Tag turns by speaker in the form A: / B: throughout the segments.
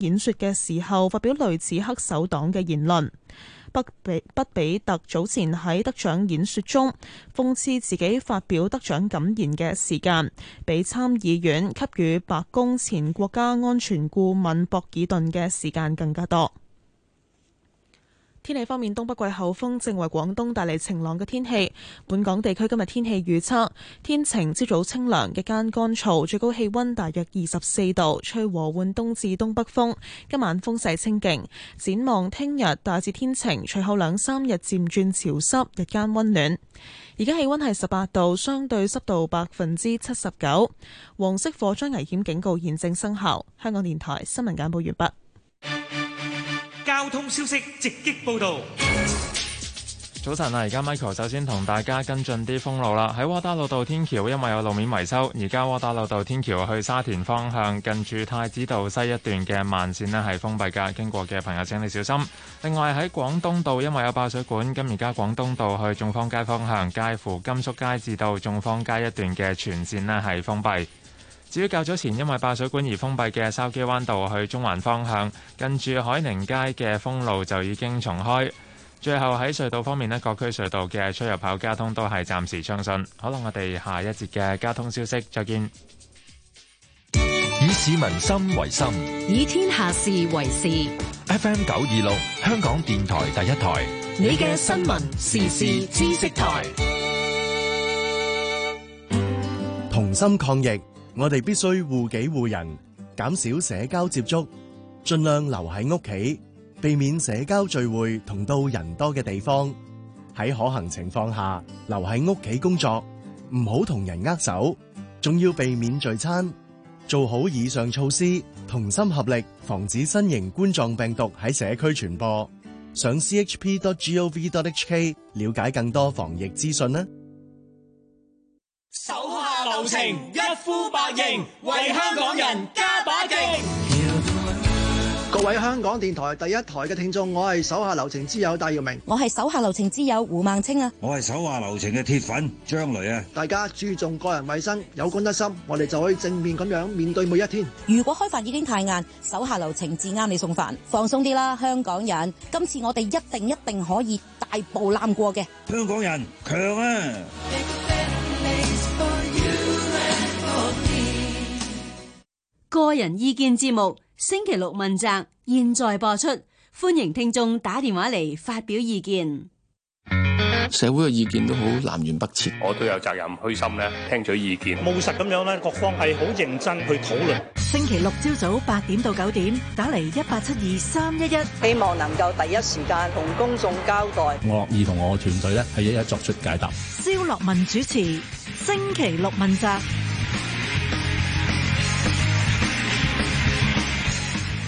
A: 演說嘅時候發表類似黑手黨嘅言論。畢比畢比特早前喺得獎演說中諷刺自己發表得獎感言嘅時間，比參議院給予白宮前國家安全顧問博爾頓嘅時間更加多。天氣方面，東北季候風正為廣東帶嚟晴朗嘅天氣。本港地區今日天氣預測天晴，朝早清涼，日間乾燥，最高氣溫大約二十四度，吹和緩東至東北風。今晚風勢清勁。展望聽日大致天晴，隨後兩三日漸轉潮濕，日間溫暖。而家氣溫係十八度，相對濕度百分之七十九。黃色火災危險警告現正生效。香港電台新聞簡報完畢。
B: 交通消息直擊報導。
C: 早晨啊，而家 Michael 首先同大家跟進啲封路啦。喺窩打老道天橋，因為有路面維修，而家窩打老道天橋去沙田方向近住太子道西一段嘅慢線呢係封閉㗎，經過嘅朋友請你小心。另外喺廣東道，因為有爆水管，咁而家廣東道去眾坊街方向，介乎甘肅街至到眾坊街一段嘅全線呢係封閉。至於較早前因為爆水管而封閉嘅筲箕灣道去中環方向，近住海寧街嘅封路就已經重開。最後喺隧道方面呢，各區隧道嘅出入口交通都係暫時暢順。好啦，我哋下一節嘅交通消息再見。
D: 以市民心為心，
E: 以天下事為事。
D: FM 九二六，香港電台第一台，
E: 你嘅新聞時事知識台，
F: 同心抗疫。我哋必須護己護人，減少社交接觸，盡量留喺屋企，避免社交聚會同到人多嘅地方。喺可行情況下，留喺屋企工作，唔好同人握手，仲要避免聚餐。做好以上措施，同心合力，防止新型冠狀病毒喺社區傳播。上 chp.gov.hk 了解更多防疫資訊啦。
G: 手下留情，一呼百應，為香港人加把勁。
H: 各位香港電台第一台嘅聽眾，我係手下留情之友戴耀明，
I: 我係手下留情之友胡孟青啊，
J: 我係手下留情嘅鐵粉張雷啊。
H: 大家注重個人衛生，有公德心，我哋就可以正面咁樣面對每一天。
I: 如果開飯已經太晏，手下留情至啱你送飯，放鬆啲啦，香港人。今次我哋一定一定可以大步攬過嘅。
J: 香港人強啊！
K: 個人意見節目星期六問責，現在播出，歡迎聽眾打電話嚟發表意見。
L: 社會嘅意見都好南轅北轍，
M: 我都有責任虛心咧聽取意見，
N: 務實咁樣咧，各方係好認真去討論。
O: 星期六朝早八點到九點，打嚟一八七二三一一，
P: 希望能夠第一時間同公眾交代。
Q: 我樂意同我團隊咧係一一作出解答。
O: 蕭樂文主持星期六問責。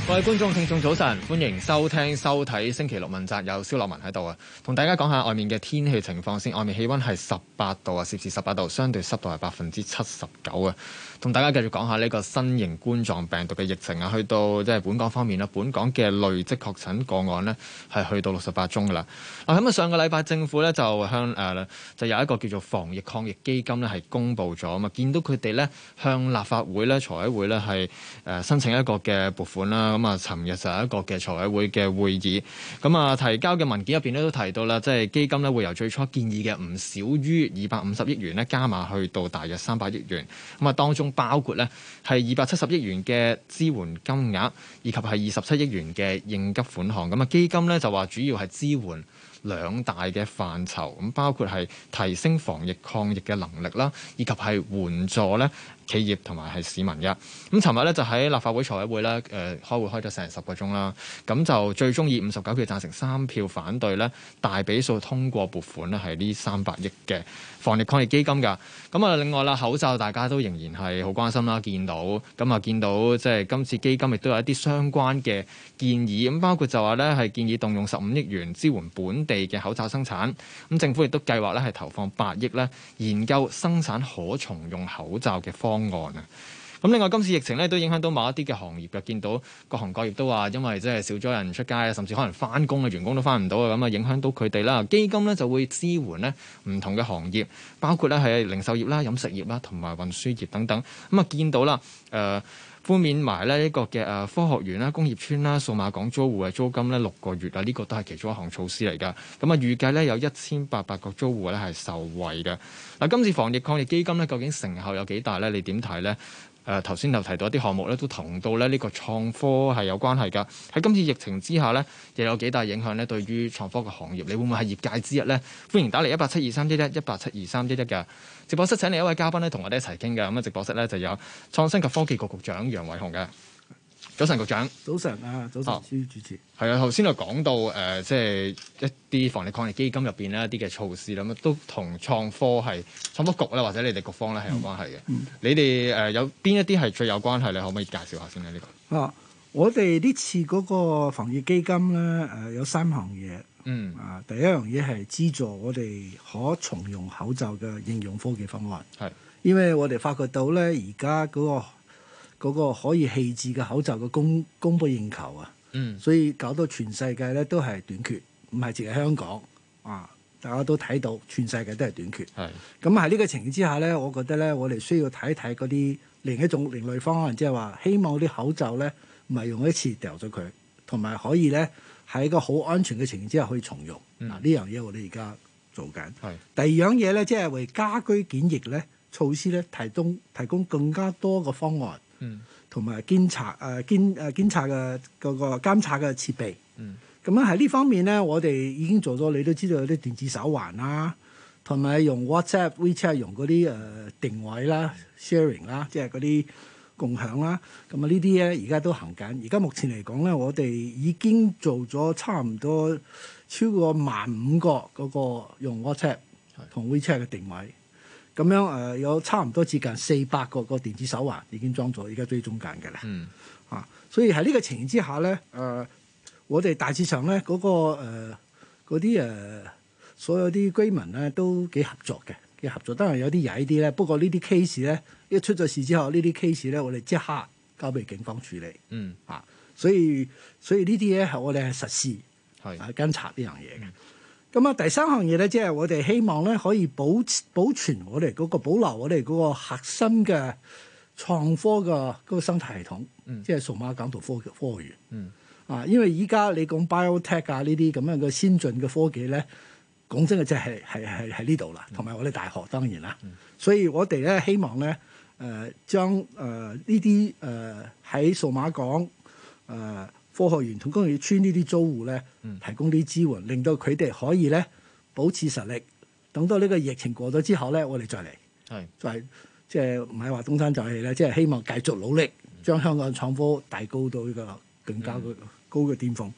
R: 各位觀眾、聽眾早晨，歡迎收聽、收睇星期六問責，有蕭樂文喺度啊，同大家講下外面嘅天氣情況先。外面氣温係十八度啊，攝氏十八度，相對濕度係百分之七十九啊。同大家繼續講下呢個新型冠狀病毒嘅疫情啊，去到即係本港方面啦，本港嘅累積確診個案呢係去到六十八宗噶啦。啊咁啊，上個禮拜政府咧就向誒、呃、就有一個叫做防疫抗疫基金咧係公布咗啊嘛，見到佢哋咧向立法會咧財委會咧係誒申請一個嘅撥款啦。咁啊，尋日就有一個嘅財委會嘅會議，咁啊提交嘅文件入邊咧都提到啦，即係基金咧會由最初建議嘅唔少於二百五十億元咧，加碼去到大約三百億元。咁啊，當中包括咧係二百七十億元嘅支援金額，以及係二十七億元嘅應急款項。咁啊，基金咧就話主要係支援兩大嘅範疇，咁包括係提升防疫抗疫嘅能力啦，以及係援助咧企業同埋係市民嘅。咁尋日咧就喺立法會財委會咧，誒、呃、開會開咗成十個鐘啦，咁就最終以五十九票贊成、三票反對咧，大比數通過撥款咧係呢三百億嘅防疫抗疫基金㗎。咁啊，另外啦，口罩大家都仍然係好關心啦，見到咁啊，見到即係今次基金亦都有一啲相關嘅建議，咁包括就話咧係建議動用十五億元支援本地地嘅口罩生產，咁政府亦都計劃咧係投放八億咧，研究生產可重用口罩嘅方案啊。咁另外今次疫情咧都影響到某一啲嘅行業嘅，見到各行各業都話，因為即係少咗人出街啊，甚至可能翻工嘅員工都翻唔到啊，咁啊影響到佢哋啦。基金咧就會支援咧唔同嘅行業，包括咧係零售業啦、飲食業啦同埋運輸業等等。咁啊見到啦，誒、呃。寬免埋咧呢個嘅誒科學園啦、工業村啦、數碼港租戶嘅租金咧六個月啊，呢個都係其中一項措施嚟㗎。咁啊預計咧有一千八百個租戶咧係受惠嘅。嗱，今次防疫抗疫基金咧究竟成效有幾大咧？你點睇咧？誒呃頭先就提到一啲項目咧，都同到咧呢個創科係有關係㗎。喺今次疫情之下咧，又有幾大影響咧？對於創科嘅行業，你會唔會係業界之一咧？歡迎打嚟一八七二三一一一八七二三一一嘅直播室，請嚟一位嘉賓咧，同我哋一齊傾嘅。咁啊，直播室咧就有創新及科技局局長楊偉雄嘅。早晨，局長。
S: 早晨啊，早晨，蕭主持。
R: 係啊，頭先就講到誒、呃，即係一啲防疫抗疫基金入邊咧一啲嘅措施啦，咁都同創科係創科局啦，或者你哋局方咧係有關係嘅。嗯嗯、你哋誒、呃、有邊一啲係最有關係？你可唔可以介紹下先咧？呢、
S: 這個啊，我哋呢次嗰個防疫基金咧誒、呃、有三項嘢。嗯啊，第一樣嘢係資助我哋可重用口罩嘅應用科技方案。係，因為我哋發覺到咧，而家嗰個嗰個可以棄置嘅口罩嘅供供不應求啊，嗯、所以搞到全世界咧都係短缺，唔係淨係香港啊，大家都睇到全世界都係短缺。
R: 嗯
S: 係咁啊喺呢個情形之下咧，我覺得咧，我哋需要睇睇嗰啲另一種另類方案，即係話希望啲口罩咧唔係用一次掉咗佢，同埋可以咧喺一個好安全嘅情形之下可以重用。嗱呢、嗯、樣嘢我哋而家做緊。係第二樣嘢咧，即係為家居檢疫咧措施咧提供提供更加多嘅方案。嗯，同埋呃監察誒監誒監察嘅嗰個監察嘅設備，嗯，咁樣喺呢方面咧，我哋已經做咗，你都知道有啲電子手環啦，同埋用 WhatsApp、WeChat 用嗰啲誒呃定位啦、sharing 啦，即係嗰啲共享啦，咁啊呢啲咧而家都行緊。而家目前嚟講咧，我哋已經做咗差唔多超過萬五個嗰個用 WhatsApp 同 WeChat 嘅定位。咁樣誒、呃、有差唔多接近四百個個電子手環已經裝咗，而家追蹤緊嘅啦。嗯，啊，所以喺呢個情形之下咧，誒、呃、我哋大致上咧嗰、呃個嗰啲誒所有啲居民咧都幾合作嘅，幾合作。當然有啲曳啲咧，不過呢啲 case 咧一出咗事之後，呢啲 case 咧我哋即刻交俾警方處理。嗯，啊，所以所以呢啲嘢係我哋係實施係啊監察呢樣嘢嘅。咁啊，第三項嘢咧，即係我哋希望咧可以保保存我哋嗰個保留我哋嗰個核心嘅創科嘅嗰個生態系統，嗯、即係數碼港同科科園。嗯、啊，因為依家你講 biotech 啊呢啲咁樣嘅先進嘅科技咧，講真嘅即係係係喺呢度啦，同埋我哋大學當然啦。嗯、所以我哋咧希望咧誒、呃、將誒呢啲誒喺數碼港誒。呃科學園同工業村呢啲租戶咧，提供啲支援，令到佢哋可以咧保持實力。等到呢個疫情過咗之後咧，我哋再嚟，係再即係唔係話東山再起咧，即係希望繼續努力，將香港創科大高到呢個更加高嘅巔峰。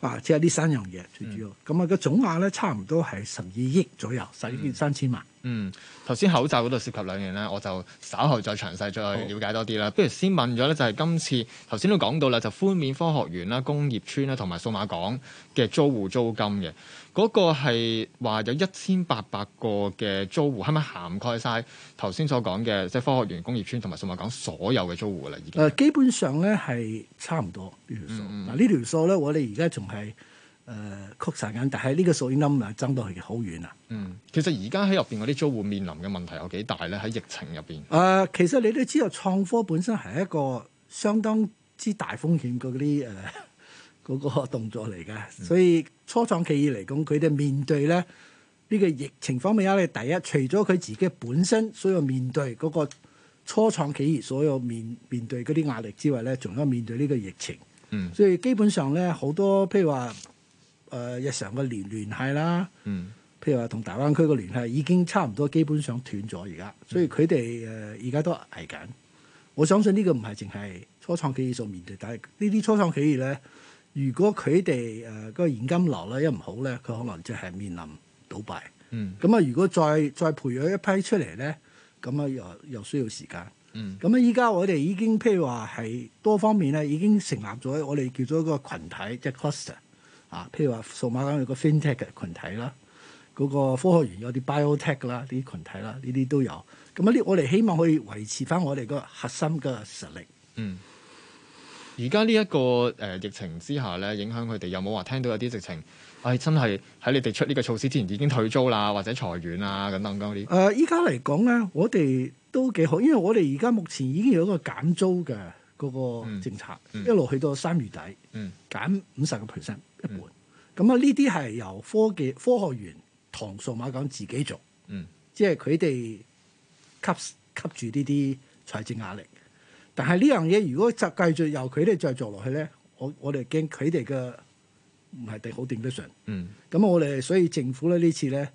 S: 嗯、啊，即係呢三樣嘢最主要。咁啊、嗯，個總額咧差唔多係十二億左右，十二億三千萬。
R: 嗯，頭先口罩嗰度涉及兩樣咧，我就稍後再詳細再了解多啲啦。不如先問咗咧，就係今次頭先都講到啦，就寬免科學園啦、工業村啦同埋數碼港嘅租戶租金嘅，嗰個係話有一千八百個嘅租戶，係咪涵蓋晒頭先所講嘅即係科學園、工業村同埋數碼港所有嘅租戶啦？已經
S: 誒，基本上咧係差唔多呢條數。嗱呢條數咧，我哋而家仲係。誒、呃、曲晒眼，但係呢個數已經冧爭到去好遠啦。
R: 嗯，其實而家喺入邊嗰啲租戶面臨嘅問題有幾大咧？喺疫情入邊。誒、
S: 呃，其實你都知道創科本身係一個相當之大風險嗰啲誒呃 嗰個動作嚟嘅，嗯、所以初創企業嚟講，佢哋面對咧呢、呢個疫情方面咧，第一除咗佢自己本身所有面對嗰個初創企業所有面面對嗰啲壓力之外咧，仲有面對呢個疫情。嗯，所以基本上咧好多譬如話。誒、呃、日常嘅聯聯繫啦，嗯、譬如話同大灣區嘅聯繫已經差唔多基本上斷咗而家，所以佢哋呃誒而家都捱緊。我相信呢個唔係淨係初創企業所面對，但係呢啲初創企業咧，如果佢哋誒個現金流咧一唔好咧，佢可能就係面臨倒閉。咁啊、嗯，如果再再培養一批出嚟咧，咁啊又又需要時間。咁啊！依家、嗯、我哋已經譬如話係多方面咧，已經成立咗我哋叫做一個群體，即係 cluster。啊，譬如話數碼港有個 FinTech 嘅群體啦，嗰、那個科學園有啲 BioTech 啦，啲群體啦，呢啲都有。咁啊，呢我哋希望可以維持翻我哋個核心嘅實力。嗯。
R: 而家呢一個誒、呃疫情之下咧，影響佢哋有冇話聽到有啲直情，唉、真係喺你哋出呢個措施之前已經退租啦，或者裁員啊等等嗰啲。
S: 誒呃依家嚟講咧，我哋都幾好，因為我哋而家目前已經有一個減租嘅嗰個政策，
R: 嗯
S: 一路去到三月底，
R: 嗯
S: 減五十個 percent 一半。咁啊，呢啲係由科技科學園同數碼港自己做，
R: 嗯
S: 即係佢哋吸吸住呢啲財政壓力。但係呢樣嘢如果就繼續由佢哋再做落去咧，我我哋驚佢哋嘅唔係定好定得順。
R: 嗯。
S: 咁我哋所以政府咧呢次咧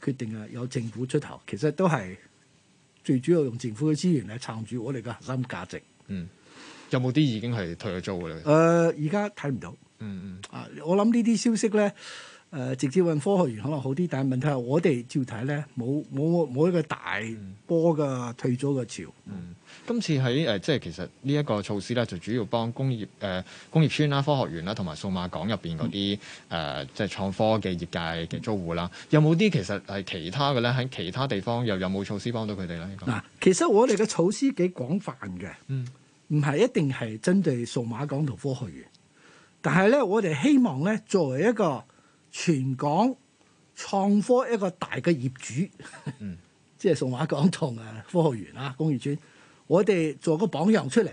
S: 決定啊，有政府出頭，其實都係最主要用政府嘅資源嚟撐住我哋嘅核心價值。誒、
R: 嗯，有冇啲已經係退咗租嘅咧？
S: 呃而家睇唔到
R: 嗯
S: 啊！我諗呢啲消息咧，誒、直接揾科學園可能好啲，但係問題係我哋照睇咧，冇冇冇一個大波嘅退租嘅潮。
R: 嗯，今次喺誒、呃即係其實呢一個措施咧，就主要幫工業誒、呃工業村啦、科學園啦，同埋數碼港入邊嗰啲誒即係創科嘅業界嘅租戶啦。有冇啲其實係其他嘅咧？喺其他地方又有冇措施幫到佢哋咧？咁
S: 嗱，其實我哋嘅措施幾廣泛嘅，
R: 嗯
S: 唔係一定係針對數碼港同科學園，但係咧，我哋希望咧，作為一個全港創科一個大嘅業主，
R: 嗯
S: 即係數碼港同誒科學園啦、工業村，我哋做個榜樣出嚟，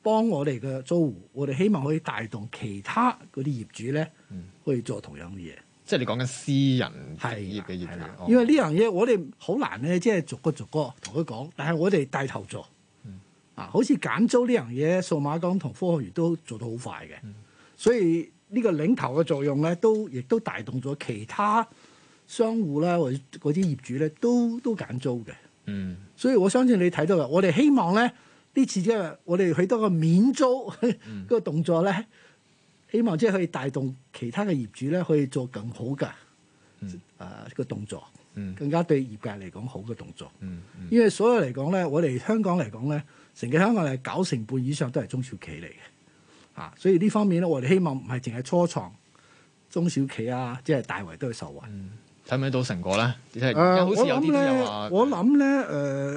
S: 幫我哋嘅租戶，我哋希望可以帶動其他嗰啲業主咧，
R: 嗯
S: 去做同樣嘅嘢。
R: 即係你講緊私人業嘅業主，哦
S: 啊因為呢樣嘢我哋好難咧，即係逐個逐個同佢講，但係我哋帶頭做。
R: 嗯
S: 啊，好似減租呢樣嘢，數碼港同科學園都做得好快嘅，
R: 嗯
S: 所以呢個領頭嘅作用咧，都亦都帶動咗其他商戶啦，或者嗰啲業主咧，都都減租嘅。
R: 嗯
S: 所以我相信你睇到嘅，我哋希望咧呢次即係我哋去多個免租
R: 嗯
S: 個動作咧，希望即係可以帶動其他嘅業主咧，可以做更好嘅誒個動作，
R: 嗯
S: 更加對業界嚟講好嘅動作。
R: 嗯嗯
S: 因為所有嚟講咧，我哋香港嚟講咧，成個香港係九成半以上都係中小企嚟嘅，啊，所以呢方面咧，我哋希望唔係淨係初創中小企啊，即係大圍都去受惠。
R: 睇唔睇到成果咧？即
S: 誒、
R: 係而家好
S: 呃我
R: 似有
S: 諗
R: 啲都
S: 咧
R: 有啊話，，
S: 我諗咧，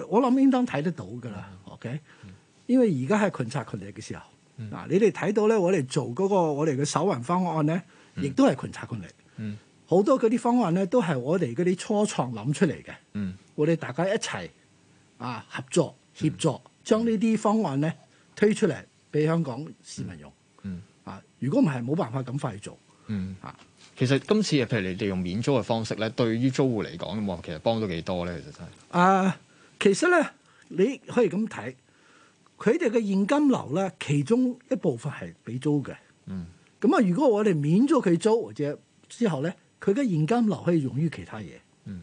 S: 誒、我諗應當睇得到㗎啦。OK，因為而家係群策群力嘅時候，嗱、
R: 嗯
S: 你哋睇到咧，我哋做嗰、個我哋嘅首運方案咧，亦都係群策群力。
R: 嗯
S: 好多嗰啲方案咧，都係我哋嗰啲初創諗出嚟嘅。
R: 嗯
S: 我哋大家一齊啊合作協助，將呢啲方案咧推出嚟俾香港市民用。
R: 嗯
S: 啊，如果唔係冇辦法咁快去做。
R: 嗯其實今次譬如你哋用免租嘅方式咧，對於租戶嚟講，有冇其實幫到幾多咧？其實真係。
S: 啊，其實咧，你可以咁睇，佢哋嘅現金流咧，其中一部分係俾租嘅。
R: 嗯
S: 咁啊，如果我哋免咗佢租或者之後咧，佢嘅現金流可以用於其他嘢。
R: 嗯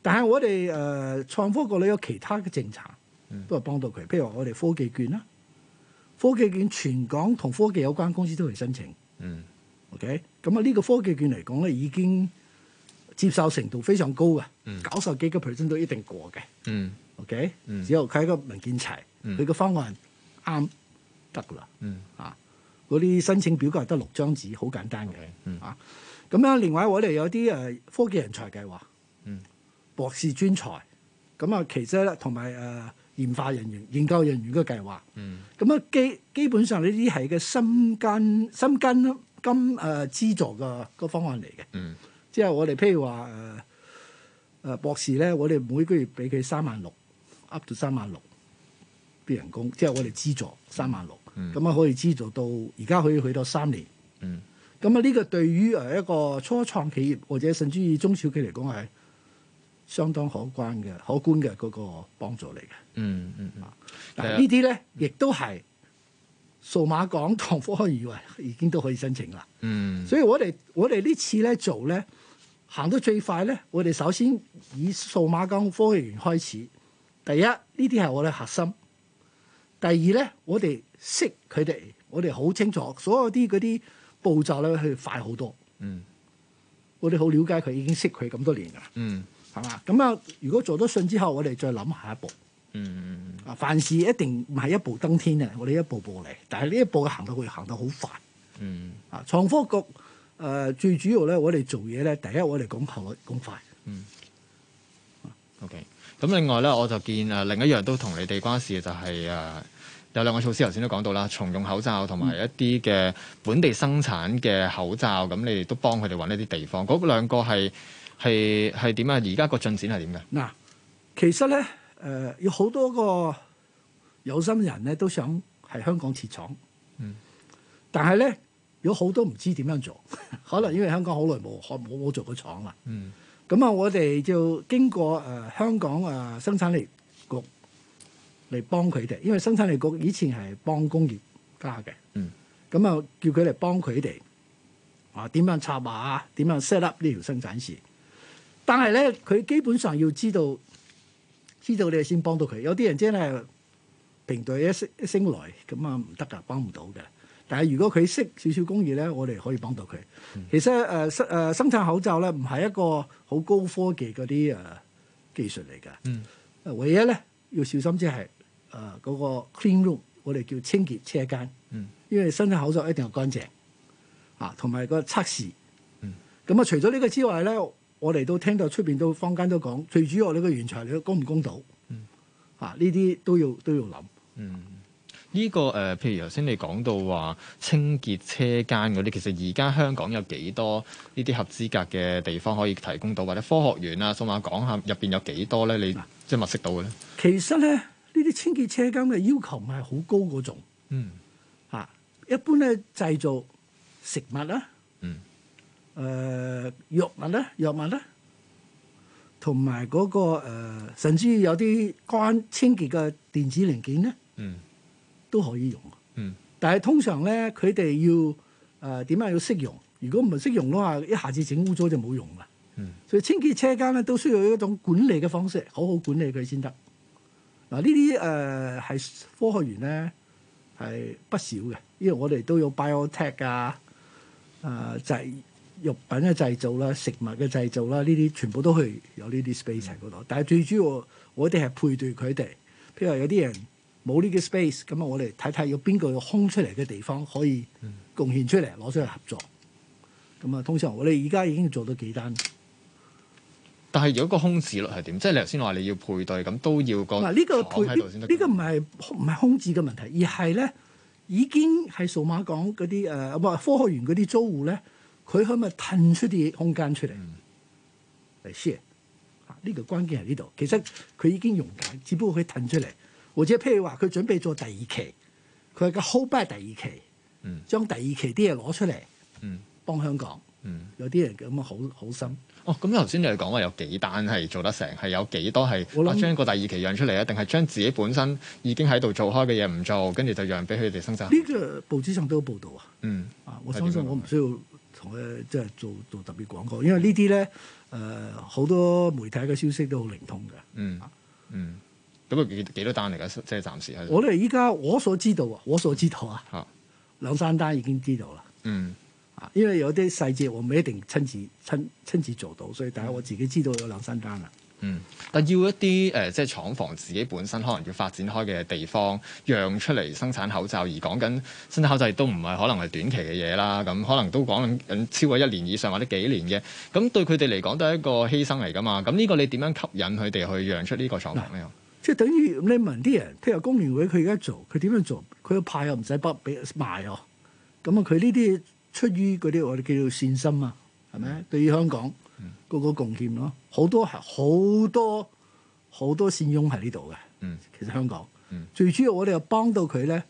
S: 但係我哋誒、呃、創科局裏有其他嘅政策
R: 嗯
S: 都係幫到佢，譬如話我哋科技券啦，科技券全港同科技有關公司都去申請。
R: 嗯
S: OK，咁啊呢個科技券嚟講咧，已經接受程度非常高嘅
R: 嗯，
S: 九十幾個 percent 都一定過嘅。
R: 嗯
S: OK，、
R: 嗯
S: 只有佢喺個文件齊，
R: 嗯
S: 佢個方案啱得㗎啦。
R: 嗯
S: 啊，嗰啲申請表格得六張紙，好簡單嘅。
R: 嗯
S: 啊，咁樣另外我哋有啲誒、呃科技人才計劃，
R: 嗯
S: 博士專才，咁啊其實咧同埋誒研發人員、研究人員嘅計劃。
R: 嗯
S: 咁啊基基本上呢啲係嘅深根深根金誒、呃、資助嘅個方案嚟嘅。
R: 嗯
S: 即係我哋譬如話誒誒博士咧，我哋每個月俾佢三萬六，up 到三萬六啲人工，即係我哋資助三萬六，
R: 嗯
S: 咁啊可以資助到而家可以去到三年。
R: 嗯
S: 咁啊呢個對於誒一個初創企業或者甚至於中小企嚟講係相當可觀嘅、可觀嘅嗰個幫助嚟嘅。
R: 嗯嗯嗯。係啊
S: 嗱呢啲咧亦都係數碼港同科學以為已經都可以申請啦。
R: 嗯
S: 所以我哋我哋呢次咧做咧行得最快咧，我哋首先以數碼港科技園開始。第一，呢啲係我哋核心；第二咧，我哋識佢哋，我哋好清楚所有啲嗰啲步驟咧，去快好多。
R: 嗯
S: 我哋好了解佢，已經識佢咁多年㗎啦，
R: 嗯
S: 係嘛？咁啊，如果做咗信之後，我哋再諗下一步。
R: 嗯
S: 啊，凡事一定唔係一步登天嘅，我哋一步步嚟。但係呢一步行到去，行得好快。
R: 嗯
S: 啊，創科局誒、呃最主要咧，我哋做嘢咧，第一我哋講效率講快。
R: 啊，OK。咁另外咧，我就見誒、呃另一樣都同你哋關事嘅就係、誒、有兩個措施，頭先都講到啦，重用口罩同埋一啲嘅本地生產嘅口罩，咁你哋都幫佢哋揾一啲地方。嗰兩個係係係點啊？而家個進展係點嘅？
S: 嗱，其實咧，誒、有好多個有心人咧都想係香港設廠，
R: 嗯，
S: 但係咧有好多唔知點樣做， 可能因為香港好耐冇開冇冇做過廠啦。
R: 嗯
S: 咁啊，我哋就經過誒、呃香港誒、呃生產力局嚟幫佢哋，因為生產力局以前係幫工業家嘅，
R: 嗯，
S: 咁啊叫佢嚟幫佢哋啊點樣策劃啊，點樣 set up 呢條生產線。但係咧，佢基本上要知道，知道你先幫到佢。有啲人真係平隊一升一升來，咁啊唔得㗎，幫唔到嘅。但係如果佢識少少工藝咧，我哋可以幫到佢。
R: 嗯
S: 其實誒、呃生誒生產口罩咧，唔係一個好高科技嗰啲誒技術嚟㗎。
R: 嗯
S: 呃唯一咧要小心即係誒嗰個 clean room，我哋叫清潔車間，
R: 嗯
S: 因為生產口罩一定要乾淨啊，同埋個測試。
R: 嗯
S: 咁啊，除咗呢個之外咧，我哋都聽到出邊都坊間都講，最主要呢個原材料公唔公道
R: 嗯
S: 啊，呢啲都要都要諗。
R: 嗯，呢、個誒、呃譬如頭先你講到話清潔車間嗰啲，其實而家香港有幾多呢啲合資格嘅地方可以提供到，或者科學園啊、數碼港下入邊有幾多咧？你即係物色到嘅咧？
S: 其實咧，呢啲清潔車間嘅要求唔係好高嗰種。
R: 嗯
S: 啊，一般咧製造食物啦，
R: 嗯，
S: 誒、藥物啦，藥物啦，同埋嗰個、呃、甚至有啲乾清潔嘅電子零件咧
R: 嗯
S: 都可以用。
R: 嗯
S: 但係通常咧，佢哋要誒呃點啊解要識用？如果唔係識用嘅話，一下子整污糟就冇用啦。
R: 嗯
S: 所以清潔車間咧都需要一種管理嘅方式，好好管理佢先得。嗱，呢啲誒係科學園咧係不少嘅，因為我哋都有 biotech 啊、誒、製藥品嘅製造啦、食物嘅製造啦，呢啲全部都係有呢啲 space 喺嗰度。但係最主要我哋係配對佢哋，譬如話有啲人冇呢個 space，咁啊我哋睇睇有邊個有空出嚟嘅地方可以貢獻出嚟攞出嚟合作。咁啊，通常我哋而家已經做到幾單。
R: 但係如果個空置率係點？即係你頭先話你要配對，咁都要個
S: 嗱，呢個
R: 廠
S: 配
R: 喺度先
S: 呢
R: 得。
S: 呢個唔係唔係空置嘅問題，而係咧已經係數碼港嗰啲呃誒唔係科學園嗰啲租戶咧，佢可唔可以騰出啲空間出嚟
R: 嗯
S: 嚟 share？啊呢個關鍵喺呢度。其實佢已經用緊，只不過佢騰出嚟，或者譬如話佢準備做第二期，佢嘅 hold back 第二期，
R: 嗯
S: 將第二期啲嘢攞出嚟
R: 嗯
S: 幫香港。
R: 嗯。
S: 有啲人咁樣好好心。
R: 哦，咁頭先你講話有幾單係做得成，係有幾多係
S: 我諗
R: 啊將個第二期讓出嚟啊？定係將自己本身已經喺度做開嘅嘢唔做，跟住就讓俾佢哋生產？
S: 呢個報紙上都有報導啊。
R: 嗯
S: 啊，我
R: 係
S: 相信
R: 點樣
S: 我唔需要同佢即係做做特別廣告，因為呢啲咧誒好多媒體嘅消息都好靈通嘅。
R: 嗯嗯，咁啊幾幾多單嚟㗎？即係暫時係
S: 我哋依家我所知道啊，我所知道啊，
R: 嚇
S: 兩三單已經知道啦。
R: 嗯
S: 啊，因為有啲細節我唔一定親自親親自做到，所以但係我自己知道有兩三單啦。
R: 嗯，但要一啲誒、呃即係廠房自己本身可能要發展開嘅地方，讓出嚟生產口罩，而講緊生產口罩亦都唔係可能係短期嘅嘢啦，咁可能都講緊超過一年以上或者幾年嘅，咁對佢哋嚟講都係一個犧牲嚟㗎嘛。咁呢個你點樣吸引佢哋去讓出呢個廠房呢？
S: 即係等於你問啲人，譬如工聯會佢而家做，佢點樣做？佢個派又唔使不俾賣哦。咁啊，佢呢啲出於嗰啲我哋叫做善心啊，係咪？
R: 嗯
S: 對於香港個個貢獻咯，好多好多好多善翁喺呢度嘅。
R: 嗯
S: 其實香港、
R: 嗯
S: 最主要我哋又幫到佢咧，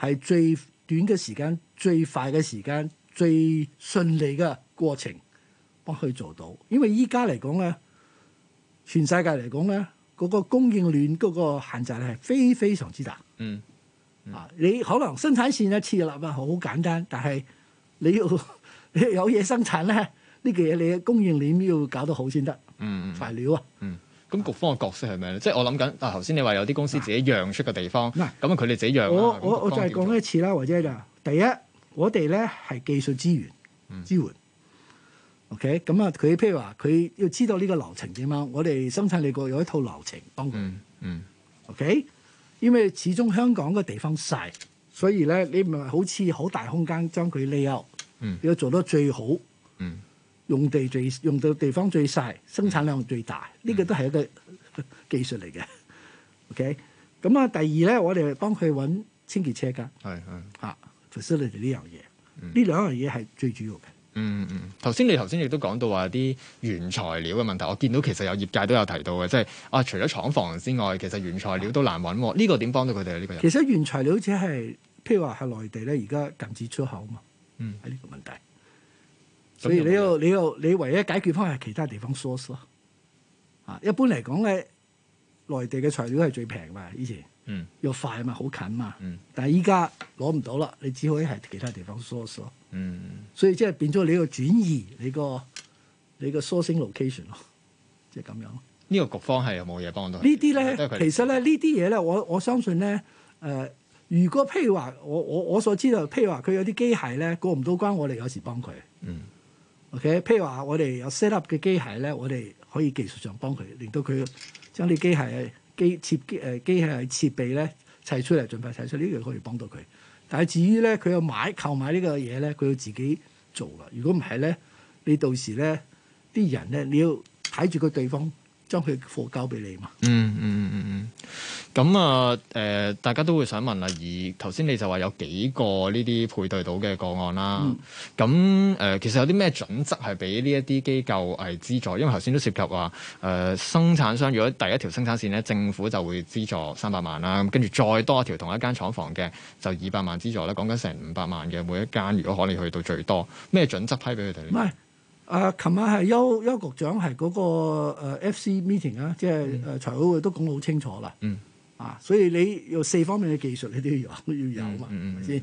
S: 係最短嘅時間、最快嘅時間、最順利嘅過程幫佢做到。因為依家嚟講咧，全世界嚟講咧，嗰、個供應鏈嗰個限制咧係非非常之大。
R: 嗯
S: 啊，你可能生產線咧設立啊好簡單，但係你要 你有嘢生產咧，呢個嘢你嘅供應鏈要搞得好先得，
R: 嗯嗯
S: 材料啊。
R: 嗯。咁局方嘅角色係咩咧？即係我諗緊啊，頭先你話有啲公司自己讓出嘅地方，咁
S: 嗱
R: 啊佢哋自己讓
S: 我
R: 啦
S: 我我
R: 咁
S: 再
R: 局方點
S: 講一次啦，或者就第一，我哋咧係技術資
R: 嗯
S: 源支援。OK，咁啊，佢譬如話佢要知道呢個流程點樣，我哋生產力局有一套流程幫佢。
R: 嗯嗯
S: OK，因為始終香港個地方細，所以咧你唔係好似好大空間將佢 lay out，
R: 嗯
S: 你要做得最好，
R: 嗯
S: 用地最用到地方最細，生產量最大，呢、
R: 嗯
S: 個都 係一個技術嚟嘅。OK，咁啊，第二咧，我哋幫佢揾清潔車間
R: 係係
S: 嚇 facility 呢樣嘢，呢兩樣嘢係最主要嘅。
R: 嗯嗯，頭先你頭先亦都講到話啲原材料嘅問題，我見到其實有業界都有提到嘅，即係啊，除咗廠房之外，其實原材料都難揾喎。呢、個點幫到佢哋啊？呢、個人
S: 其實原材料只係譬如話係內地咧，而家禁止出口嘛，
R: 嗯，
S: 係呢個問題。所以你要你要你唯一解決方法係其他地方 source 咯。啊，一般嚟講咧，內地嘅材料係最平嘛，以前
R: 嗯
S: 又快嘛，好近嘛。
R: 嗯
S: 但係依家攞唔到啦，你只可以係其他地方 source 咯。
R: 嗯
S: 所以即係變咗你要轉移你個你個 sourcing location 咯，即係咁樣咯。
R: 呢個局方係有冇嘢幫到佢哋？
S: 呢啲咧
R: 都係佢，哋
S: 其實咧呢啲嘢咧，我我相信咧，誒、如果譬如話，我我我所知道，譬如話佢有啲機械咧過唔到關，我哋有時幫佢。
R: 嗯。
S: OK，譬如話我哋有 set up 嘅機械咧，我哋可以技術上幫佢，令到佢將啲機械機設機誒機械設備咧砌出嚟，盡快砌出嚟呢個可以幫到佢。但係至於咧，佢要買購買呢個嘢咧，佢要自己做啦。如果唔係咧，你到時咧啲人咧，你要睇住個對方將佢貨交俾你嘛。
R: 嗯嗯嗯嗯嗯，咁啊誒，大家都會想問啦。而頭先你就話有幾個呢啲配對到嘅個案啦。
S: 嗯
R: 咁誒、呃其實有啲咩準則係俾呢一啲機構係資助？因為頭先都涉及話誒、呃生產商，如果第一條生產線咧，政府就會資助三百萬啦。咁跟住再多一條同一間廠房嘅，就二百萬資助啦。講緊成五百萬嘅每一間，如果可以去到最多，咩準則批俾佢
S: 唔
R: 哋呢？
S: 係，啊，琴晚係邱邱局長係嗰、個、呃 FC meeting 啊，即係誒財委會都講得好清楚啦。
R: 嗯。
S: 啊，所以你有四方面嘅技術，你都要有 要有嘛，
R: 嗯
S: 係咪先？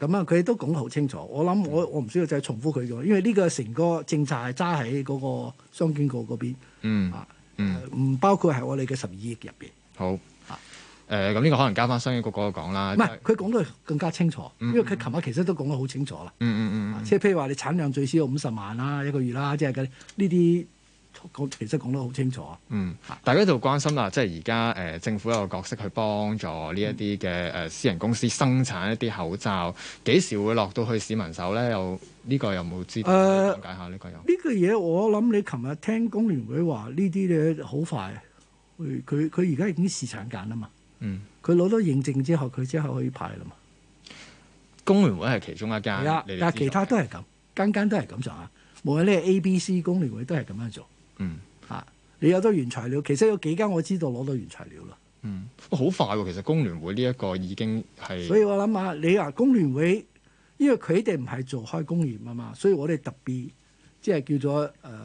S: 咁啊，佢都講得好清楚。我
R: 嗯
S: 諗我我唔需要再重複佢嘅，因為呢個成個政策係揸喺嗰個商經局嗰邊，呃
R: 嗯嗯。
S: 唔包括係我哋嘅十二億入邊。
R: 好。誒咁呢個可能交翻商業局嗰個講啦。
S: 唔係，佢講得更加清楚，
R: 嗯
S: 因為佢琴晚其實都講得好清楚啦。
R: 嗯嗯嗯嗯，
S: 即係譬如話你產量最少有五十萬啦，一個月啦，即係嗰啲呢啲講其實講得好清楚啊。
R: 嗯，大家就關心啦，即係而家誒政府有個角色去幫助呢一啲嘅誒私人公司生產一啲口罩，幾時會落到去市民手咧？又呢、個有冇知道？
S: 誒
R: 了解下呢個有。
S: 呢個嘢我諗你琴日聽工聯會話呢啲咧好快，佢佢佢而家已經試產緊啦嘛。
R: 嗯，
S: 佢攞到認證之後，佢之後可以派啦嘛。
R: 工聯會係其中一間
S: 係啊，，
R: 你哋
S: 但係
R: 知
S: 其他都係咁，間間都係咁上下。無論你係 A、B、C 工聯會都係咁樣做。
R: 嗯
S: 啊，你有得原材料，其實有幾間我知道攞到原材料啦。
R: 嗯，哇好快喎！其實工聯會呢一個已經係，
S: 所以我諗下，你話工聯會，因為佢哋唔係做開工業啊嘛，所以我哋特別即係叫做誒、呃、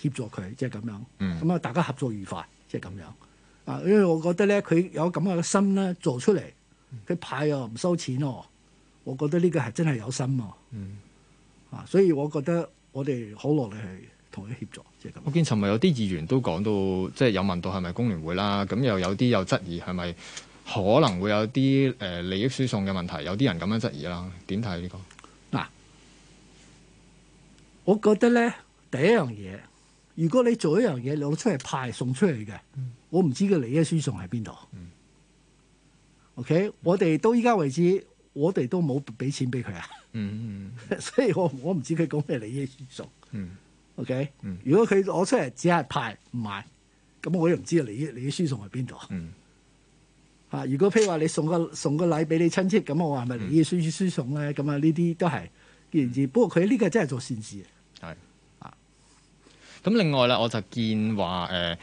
S: 協助佢，即係咁樣。
R: 嗯
S: 咁啊，大家合作愉快，即係咁樣。啊，因為我覺得咧，佢有咁嘅心咧，做出嚟，
R: 嗯
S: 佢派又唔收錢喎，我覺得呢個係真係有心啊。
R: 嗯
S: 啊，所以我覺得我哋好落力去同佢協助，即係咁。
R: 我見尋日有啲議員都講到，即係有問到係咪工聯會啦，咁又有啲有質疑係咪可能會有啲誒、呃利益輸送嘅問題，有啲人咁樣質疑啦，點睇呢個？
S: 我覺得咧，第一樣嘢，如果你做一樣嘢攞出嚟派送出去嘅，
R: 嗯
S: 我唔知個利益輸送喺邊度。OK，我哋到依家為止，我哋都冇俾錢俾佢啊，
R: 嗯
S: 所以我我唔知佢講咩利益輸送。
R: 嗯
S: OK，、
R: 嗯
S: 如果佢攞出嚟只係派唔賣，咁我又唔知個利益利益輸送喺邊度。
R: 嗯
S: 啊，如果譬如話你送個送個禮俾你親戚，咁我話係咪利益輸
R: 嗯
S: 輸送咧？咁啊呢啲都係言之，不過佢呢個真係做善事。
R: 係啊。咁另外啦，我就見話誒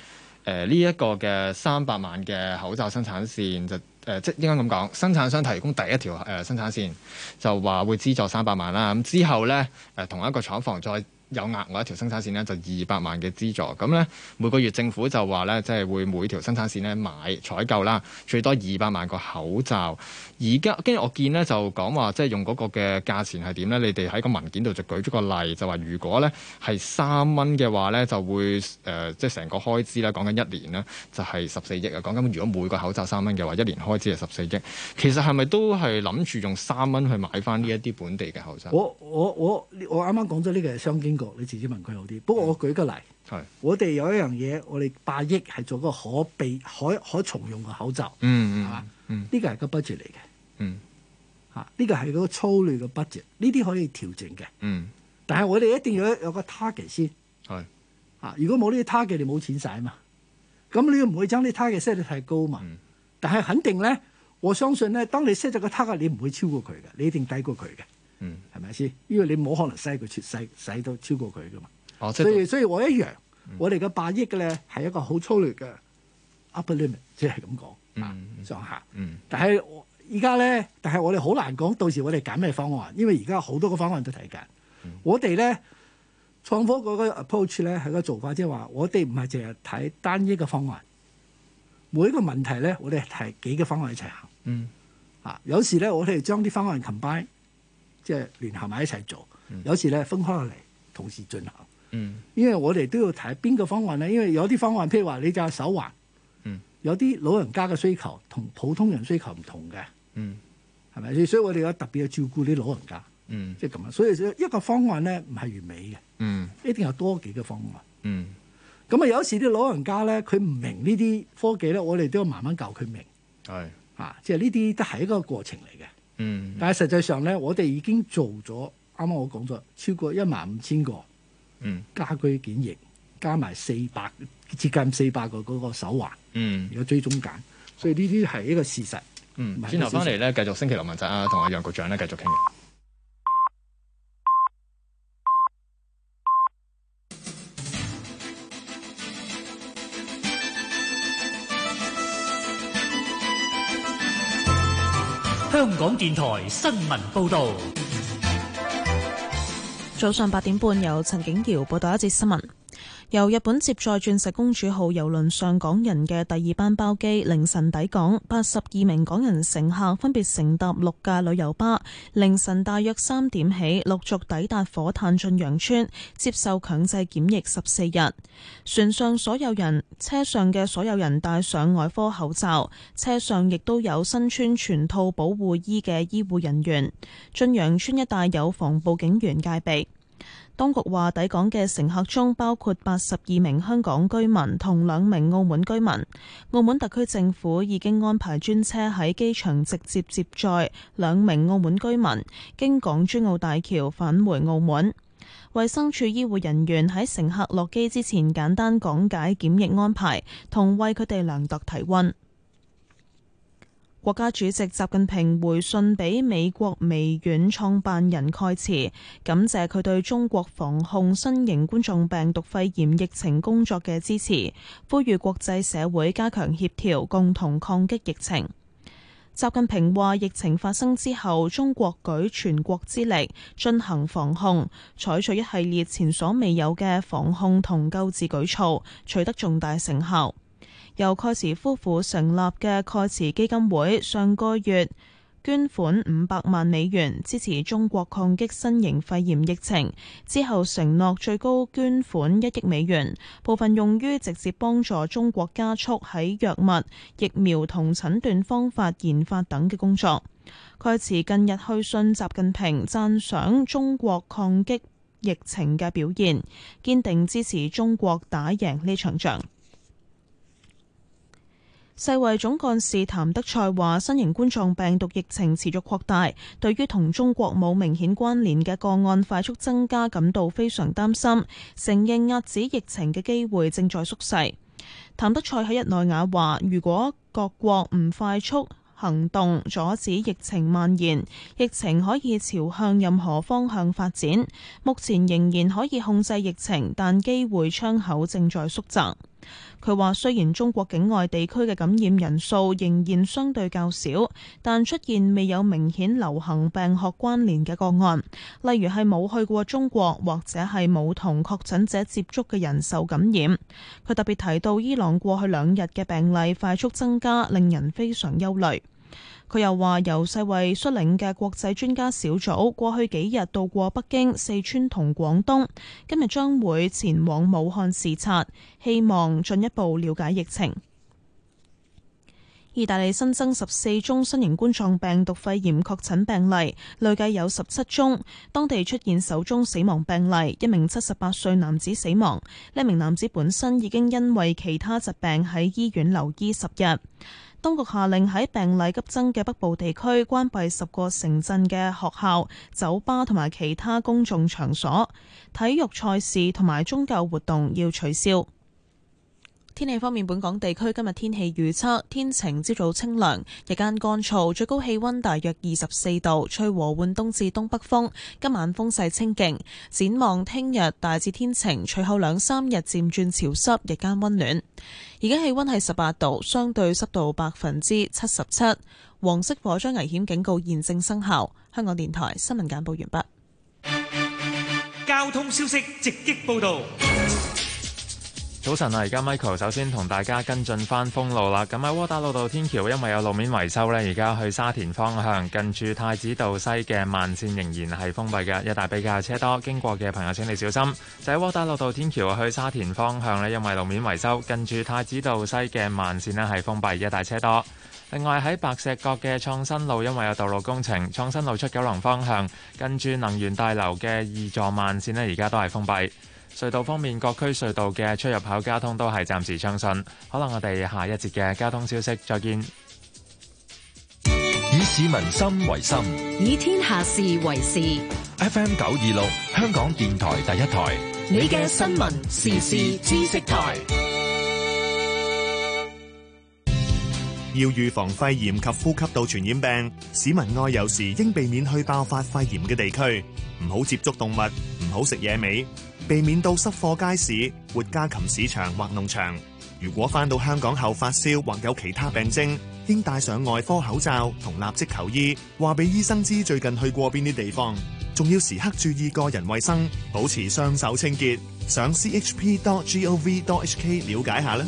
R: 誒呢一個嘅三百萬嘅口罩生產線就誒、呃即係應該咁講，生產商提供第一條誒、呃生產線就話會資助三百萬啦。咁之後咧誒、呃同一個廠房再。有額外一條生產線咧，就二百萬嘅資助。咁咧每個月政府就話咧，即係會每條生產線咧買採購啦，最多二百萬個口罩。而家跟住我見咧就講話，即係用嗰個嘅價錢係點咧？你哋喺個文件度就舉咗個例，就話如果咧係三蚊嘅話咧，就會誒、呃即係成個開支啦，講緊一年咧就係十四億啊。講緊如果每個口罩三蚊嘅話，一年開支係十四億。其實係咪都係諗住用三蚊去買翻呢一啲本地嘅口罩？
S: 我我我我啱啱講咗呢個係商經局，你自己問佢好啲。不過我舉個例，
R: 係
S: 我哋有一樣嘢，我哋八億係做嗰個可被可可重用嘅口罩，
R: 嗯
S: 係嘛
R: 嗯嗯
S: 呢個係個 budget 嚟嘅
R: 嗯
S: 嚇，呢個係嗰個粗略嘅 budget，呢啲可以調整嘅。
R: 嗯
S: 但係我哋一定要有個 target 先
R: 係
S: 嚇，如果冇呢啲 target，你冇錢使嘛。咁你唔會將啲 target set 得太高嘛。但係肯定咧，我相信咧，當你 set 咗個 target，你唔會超過佢嘅，你一定低過佢嘅，
R: 嗯，
S: 係咪先？因為你冇可能使佢超使使到超過佢噶嘛。
R: 哦，即
S: 所以
R: 係嗯
S: 所以我一樣，我哋嘅八億咧係一個好粗略嘅 upper limit，即係咁講啊
R: 嗯
S: 上下。
R: 嗯
S: 但係我而家咧，但係我哋好難講，到時我哋揀咩方案，因為而家好多個方案都睇緊。
R: 嗯
S: 我哋咧創科嗰個 approach 咧係個做法，即係話我哋唔係淨係睇單一嘅方案，每一個問題咧，我哋係睇幾個方案一齊行。
R: 嗯
S: 啊，有時咧我哋將啲方案 combine，即係聯合埋一齊做；有時咧分開落嚟，同時進行。
R: 嗯
S: 因為我哋都要睇邊個方案咧，因為有啲方案譬如話你就係手環，
R: 嗯
S: 有啲老人家嘅需求同普通人需求唔同嘅，
R: 嗯
S: 係咪？所以我哋要特別去照顧啲老人家，
R: 嗯
S: 即係咁樣。啊所以一個方案咧唔係完美
R: 嗯
S: 嘅，一定有多幾個方案。
R: 嗯
S: 咁啊，有時啲老人家咧，佢唔明呢啲科技咧，我哋都要慢慢教佢明
R: 係
S: 啊。即係呢啲都係一個過程嚟嘅。
R: 嗯
S: 但係實際上咧，我哋已經做咗，啱啱我講咗超過一萬五千個
R: 嗯
S: 家居檢疫，加埋四百接近四百個嗰個手環，
R: 嗯
S: 而家追蹤緊，所以呢啲係一個事實。
R: 嗯，轉頭翻嚟咧，繼續星期六問責啊，同阿楊局長咧繼續傾嘅。
T: 香港電台新聞報道，
A: 早上八點半，由陳景瑤報道一節新聞。由日本接載鑽石公主號郵輪上港人嘅第二班包機凌晨抵港，八十二名港人乘客分別乘搭六架旅遊巴，凌晨大約三點起陸續抵達火炭駿洋村，接受強制檢疫十四日。船上所有人、車上嘅所有人戴上外科口罩，車上亦都有身穿全套保護衣嘅醫護人員。駿洋村一帶有防暴警員戒備。當局話，抵港嘅乘客中包括八十二名香港居民同兩名澳門居民。澳門特區政府已經安排專車喺機場直接接載兩名澳門居民，經港珠澳大橋返回澳門。衛生署醫護人員喺乘客落機之前簡單講解檢疫安排，同為佢哋量度體温。國家主席習近平回信俾美國微軟創辦人蓋茨，感謝佢對中國防控新型冠狀病毒肺炎疫情工作嘅支持，呼籲國際社會加強協調，共同抗擊疫情。習近平話：疫情發生之後，中國舉全國之力進行防控，採取一系列前所未有嘅防控同救治舉措，取得重大成效。由蓋茨夫婦成立嘅蓋茨基金會上個月捐款五百萬美元支持中國抗擊新型肺炎疫情，之後承諾最高捐款一億美元，部分用於直接幫助中國加速喺藥物、疫苗同診斷方法研發等嘅工作。蓋茨近日去信習近平，讚賞中國抗擊疫情嘅表現，堅定支持中國打贏呢場仗。世衛總幹事譚德塞話：新型冠狀病毒疫情持續擴大，對於同中國冇明顯關聯嘅個案快速增加感到非常擔心，承認壓止疫情嘅機會正在縮細。譚德塞喺日內瓦話：如果各國唔快速行動阻止疫情蔓延，疫情可以朝向任何方向發展。目前仍然可以控制疫情，但機會窗口正在縮窄。佢話：雖然中國境外地區嘅感染人數仍然相對較少，但出現未有明顯流行病學關聯嘅個案，例如係冇去過中國或者係冇同確診者接觸嘅人受感染。佢特別提到伊朗過去兩日嘅病例快速增加，令人非常憂慮。佢又話，由世衛率領嘅國際專家小組過去幾日到過北京、四川同廣東，今日將會前往武漢視察，希望進一步了解疫情。意大利新增十四宗新型冠狀病毒肺炎確診病例，累計有十七宗。當地出現首宗死亡病例，一名七十八歲男子死亡。呢名男子本身已經因為其他疾病喺醫院留醫十日。當局下令喺病例急增嘅北部地區關閉十個城鎮嘅學校、酒吧同埋其他公眾場所，體育賽事同埋宗教活動要取消。天氣方面，本港地區今日天氣預測天晴，朝早清涼，日間乾燥，最高氣溫大約二十四度，吹和緩東至東北風。今晚風勢清勁，展望聽日大致天晴，隨後兩三日漸轉潮濕，日間溫暖。而家氣溫係十八度，相對濕度百分之七十七。黃色火災危險警告現正生效。香港電台新聞簡報完畢。
B: 交通消息直擊報導。
C: 早晨啊！而家 Michael 首先同大家跟進翻封路啦。咁喺窩打老道天橋，因為有路面維修呢，而家去沙田方向近住太子道西嘅慢線仍然係封閉嘅，一大比較車多，經過嘅朋友請你小心。就喺窩打老道天橋去沙田方向呢，因為路面維修，近住太子道西嘅慢線呢係封閉，一大車多。另外喺白石角嘅創新路，因為有道路工程，創新路出九龍方向近住能源大樓嘅二座慢線呢，而家都係封閉。隧道方面，各區隧道嘅出入口交通都係暫時暢順。可能我哋下一節嘅交通消息再見。
D: 以市民心為心，
E: 以天下事為事。
D: FM 九二六，香港電台第一台，
E: 你嘅新聞時事知識台。
U: 要預防肺炎及呼吸道傳染病，市民外遊時應避免去爆發肺炎嘅地區，唔好接觸動物，唔好食野味。避免到濕貨街市、活家禽市場或農場。如果返到香港後發燒或有其他病徵，應戴上外科口罩同立即求醫，話俾醫生知最近去過邊啲地方。仲要時刻注意個人衛生，保持雙手清潔。上 chp.gov.hk 了解下啦。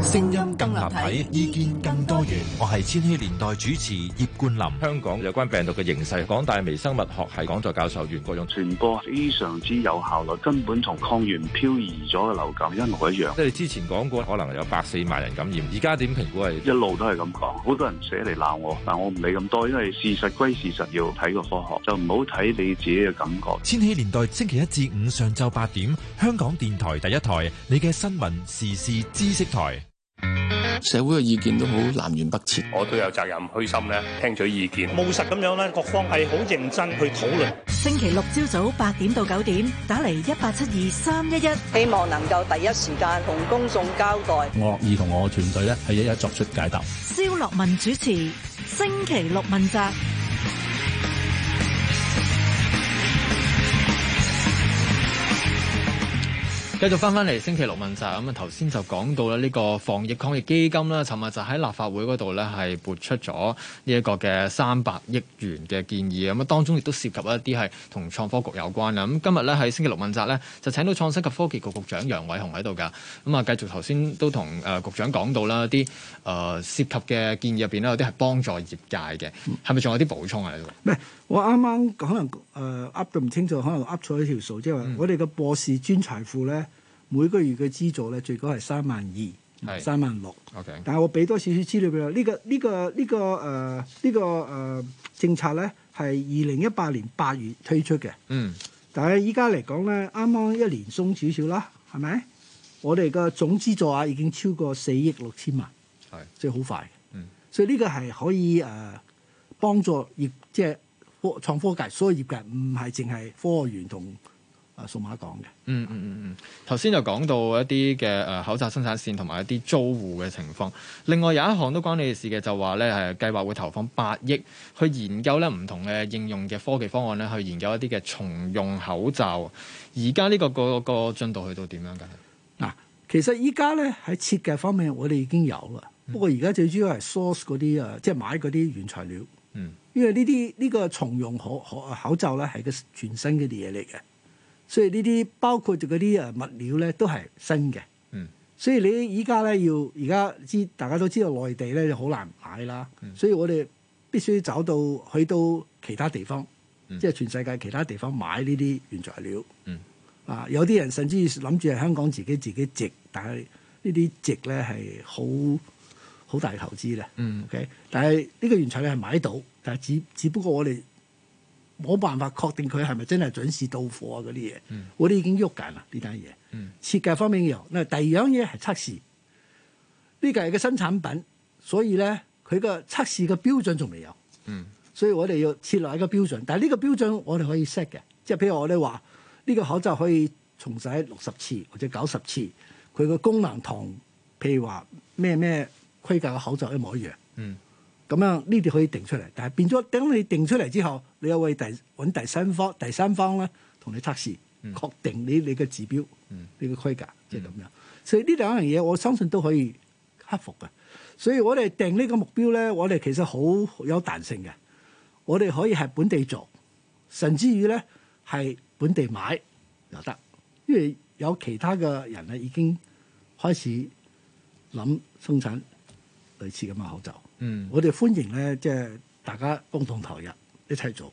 D: 聲音更立體，意見更多元。我係千禧年代主持葉冠霖。
V: 香港有關病毒嘅形勢，港大微生物學系講座教授袁國勇，
W: 傳播非常之有效率，根本同抗原漂移咗嘅流感一模一樣。
V: 即係之前講過，可能有百四萬人感染，而家點評估係
W: 一路都係咁講，好多人寫嚟鬧我，但我唔理咁多，因為事實歸事實，要睇個科學，就唔好睇你自己嘅感覺。
D: 千禧年代星期一至五上晝八點，香港電台第一台，你嘅新聞時事知識台。
L: 社會嘅意見都好南轅北轍，
M: 我都有責任虛心咧聽取意見，
N: 務實咁樣咧，各方係好認真去討論。
O: 星期六朝早八點到九點，打嚟一八七二三一一，
P: 希望能夠第一時間同公眾交代。
Q: 我樂意同我團隊咧係一一作出解答。
O: 蕭樂文主持星期六問責。
R: 繼續翻翻嚟星期六問責咁啊，頭先就講到咧呢個防疫抗疫基金啦，尋日就喺立法會嗰度咧係撥出咗呢一個嘅三百億元嘅建議咁啊，當中亦都涉及一啲係同創科局有關啦。咁今啊日咧喺星期六問責咧就請到創新及科技局局長楊偉雄喺度㗎。咁啊，繼續頭先都同誒局長講到啦，啲誒、呃、涉及嘅建議入邊咧有啲係幫助業界嘅，係咪仲有啲補充啊？
S: 唔係，我啱啱可能誒呃噏到唔清楚，可能噏錯一條數，即係
R: 嗯
S: 話我哋嘅博士專財庫咧。每個月嘅資助咧最高係三萬二、三萬六。但係我俾多少少資料俾你，呢個呢個呢個誒呢個誒政策咧係二零一八年八月推出嘅。
R: 嗯。
S: 但係依家嚟講咧，啱啱一年鬆少少啦，係咪？我哋嘅總資助額已經超過四億六千萬。
R: 係。
S: 即係好快。
R: 嗯。
S: 所以呢個係可以誒、呃、幫助業即係科創科界所有業界，唔係淨係科學園同。啊，數碼港嘅、
R: 嗯，嗯嗯嗯嗯，頭先就講到一啲嘅呃誒口罩生產線同埋一啲租戶嘅情況。另外有一項都關你哋事嘅，就話咧係計劃會投放八億去研究咧唔同嘅應用嘅科技方案咧，去研究一啲嘅重用口罩。而家呢個個個進度去到點樣㗎？
S: 嗱、啊，其實依家咧喺設計方面，我哋已經有啦。嗯、不過而家最主要係 source 嗰啲誒，即係買嗰啲原材料。
R: 嗯，
S: 因為呢啲呢個重用口口口罩咧係個全新嘅嘢嚟嘅。所以呢啲包括住嗰啲誒物料咧，都係新嘅。
R: 嗯。
S: 所以你依家咧要而家知，大家都知道內地咧就好難買啦。嗯、所以我哋必須找到去到其他地方，嗯、即係全世界其他地方買呢啲原材料。
R: 嗯。
S: 啊，有啲人甚至諗住係香港自己自己植，但係呢啲植咧係好好大投資嘅。
R: 嗯。
S: OK，但係呢個原材料係買到，但係只只不過我哋。冇辦法確定佢係咪真係準時到貨啊嗰啲嘢，
R: 嗯、
S: 我哋已經喐緊啦呢單嘢。
R: 嗯、
S: 設計方面有，嗱第二樣嘢係測試，呢個係個新產品，所以咧佢個測試嘅標準仲未有。
R: 嗯、
S: 所以我哋要設立一個標準，但係呢個標準我哋可以 set 嘅，即係譬如我哋話呢個口罩可以重洗六十次或者九十次，佢個功能同譬如話咩咩規格嘅口罩一模一樣。
R: 嗯，
S: 咁樣呢啲可以定出嚟，但係變咗等你定出嚟之後，你又為第揾第三方第三方咧同你測試，確定你你嘅指標，你嘅規格即係咁樣。所以呢兩樣嘢，我相信都可以克服嘅。所以我哋定呢個目標咧，我哋其實好有彈性嘅。我哋可以係本地做，甚至於咧係本地買又得，因為有其他嘅人咧已經開始諗生產類似咁嘅口罩。
R: 嗯，
S: 我哋歡迎咧，即係大家共同投入一齊做。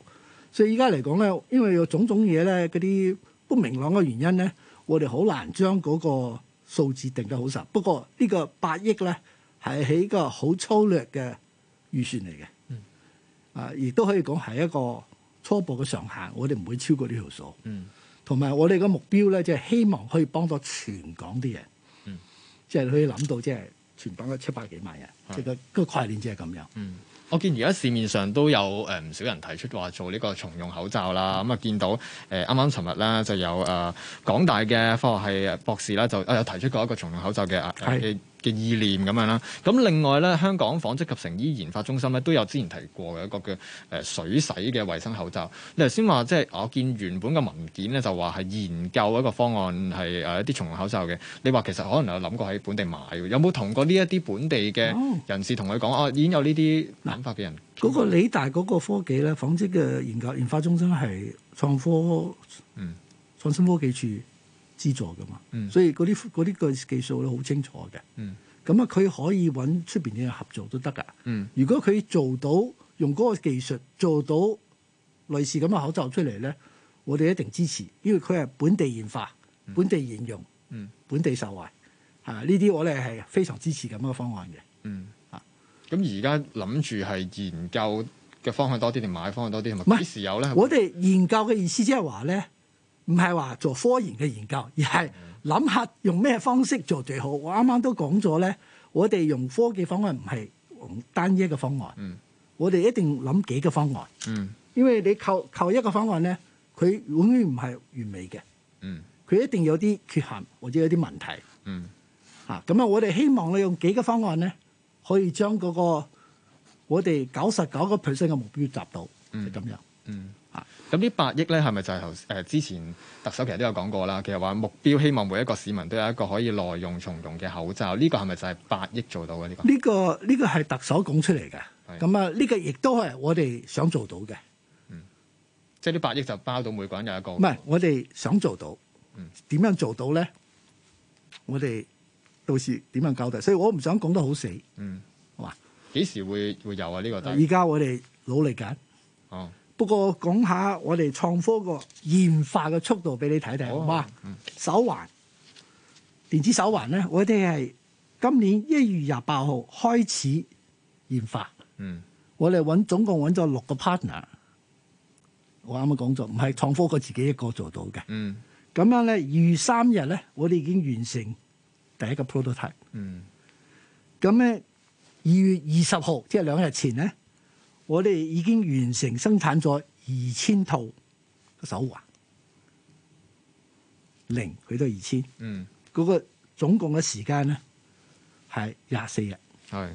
S: 所以依家嚟講咧，因為有種種嘢咧，嗰啲不明朗嘅原因咧，我哋好難將嗰個數字定得好實。不過呢個八億咧係喺個好粗略嘅預算嚟嘅，
R: 嗯
S: 啊，亦都可以講係一個初步嘅上限，我哋唔會超過呢條數。
R: 嗯，
S: 同埋我哋嘅目標咧，即係希望可以幫到全港啲人，
R: 嗯，
S: 即係可以諗到即係全港嘅七百幾萬人，即係個個概念即係咁樣。
R: 嗯。我見而家市面上都有誒唔少人提出話做呢個重用口罩啦，咁啊見到誒啱啱尋日啦就有誒、呃港大嘅科學系博士啦就啊有提出過一個重用口罩嘅呃
S: 係
R: 嘅嘅意念咁樣啦。咁另外咧，香港紡織及成衣研發中心咧都有之前提過嘅一個叫誒水洗嘅衛生口罩。你頭先話即係呃我見原本嘅文件咧就話係研究一個方案係呃誒一啲重用口罩嘅。你話其實可能有諗過喺本地買喎，有冇同過呢一啲本地嘅人士同佢講哦已經有呢啲諗法嘅人？
S: 嗰個理大嗰個科技咧，紡織嘅研究研發中心係創科
R: 嗯
S: 創新科技處資助噶嘛，
R: 嗯
S: 所以嗰啲嗰啲個技術咧好清楚嘅。
R: 嗯
S: 咁啊，佢可以揾出邊嘅人合作都得噶。
R: 嗯
S: 如果佢做到用嗰個技術做到類似咁嘅口罩出嚟咧，我哋一定支持，因為佢係本地研發、本地應用、
R: 嗯
S: 本地受惠啊！呢啲我哋係非常支持咁嘅方案嘅。
R: 嗯咁而家諗住係研究嘅方向多啲定買方向多啲，同
S: 唔
R: 埋
S: 係
R: 幾時有咧？
S: 我哋研究嘅意思即係話咧，唔係話做科研嘅研究，而係
R: 嗯
S: 諗下用咩方式做最好。我啱啱都講咗咧，我哋用科技方案唔係用單一嘅方案，
R: 嗯
S: 我哋一定諗幾個方案，
R: 嗯
S: 因為你扣扣一個方案咧，佢永遠唔係完美嘅，
R: 嗯
S: 佢一定有啲缺陷或者有啲問題
R: 嗯
S: 嚇。咁啊，我哋希望你用幾個方案咧，可以將嗰、個我哋九十九個 percent 嘅目標達到，就咁樣。
R: 嗯咁呢八億咧係咪就係頭誒之前特首其實都有講過啦，其實話目標希望每一個市民都有一個可以耐用重用嘅口罩，呢、個係咪就係八億做到嘅呢、個？
S: 呢、個呢、個係特首講出嚟嘅，
R: 係
S: 咁啊呢個亦都係我哋想做到嘅，
R: 即係呢八億就包到每個人有一個。
S: 唔係我哋想做到
R: 嗯，
S: 點樣做到咧？我哋到時點樣交代？所以我唔想講得好死，
R: 嗯，
S: 好嘛？
R: 幾時會會有啊？呢、個大
S: 而家我哋努力緊，
R: 哦，
S: 不過講下我哋創科個研發嘅速度俾你睇睇，
R: 啊
S: 好嘛？
R: 嗯
S: 手環電子手環咧，我哋係今年一月廿八號開始研發。
R: 嗯
S: 我哋揾總共揾咗六個 partner，我啱啱講咗，唔係創科個自己一個做到嘅。
R: 嗯
S: 咁樣咧，二月三日咧，我哋已經完成第一個 prototype。
R: 嗯
S: 咁咧，二月二十號，即係兩日前咧，我哋已經完成生產咗二千套手環，零佢都二千，
R: 嗯，
S: 嗰個總共嘅時間咧係廿四日。
R: 係、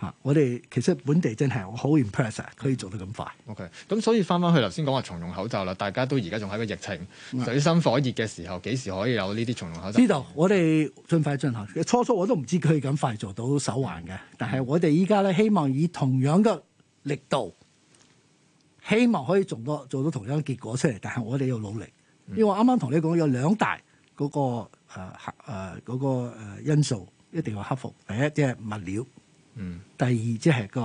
S: 嚇！我哋其實本地真係我好 impress 啊，可以做得咁快。
R: OK。咁所以翻翻去頭先講話重用口罩啦，大家都而家仲喺個疫情水深火熱嘅時候，幾時可以有呢啲重用口
S: 嗯
R: 罩？
S: 知道，我哋盡快進行。初初我都唔知佢咁快做到手環嘅，但係我哋依家咧希望以同樣嘅力度，希望可以做到做到同樣嘅結果出嚟。但係我哋要努力，因為我啱啱同你講有兩大嗰、個誒客誒嗰個呃因素一定要克服。第一即係物料，
R: 嗯
S: 第二即係個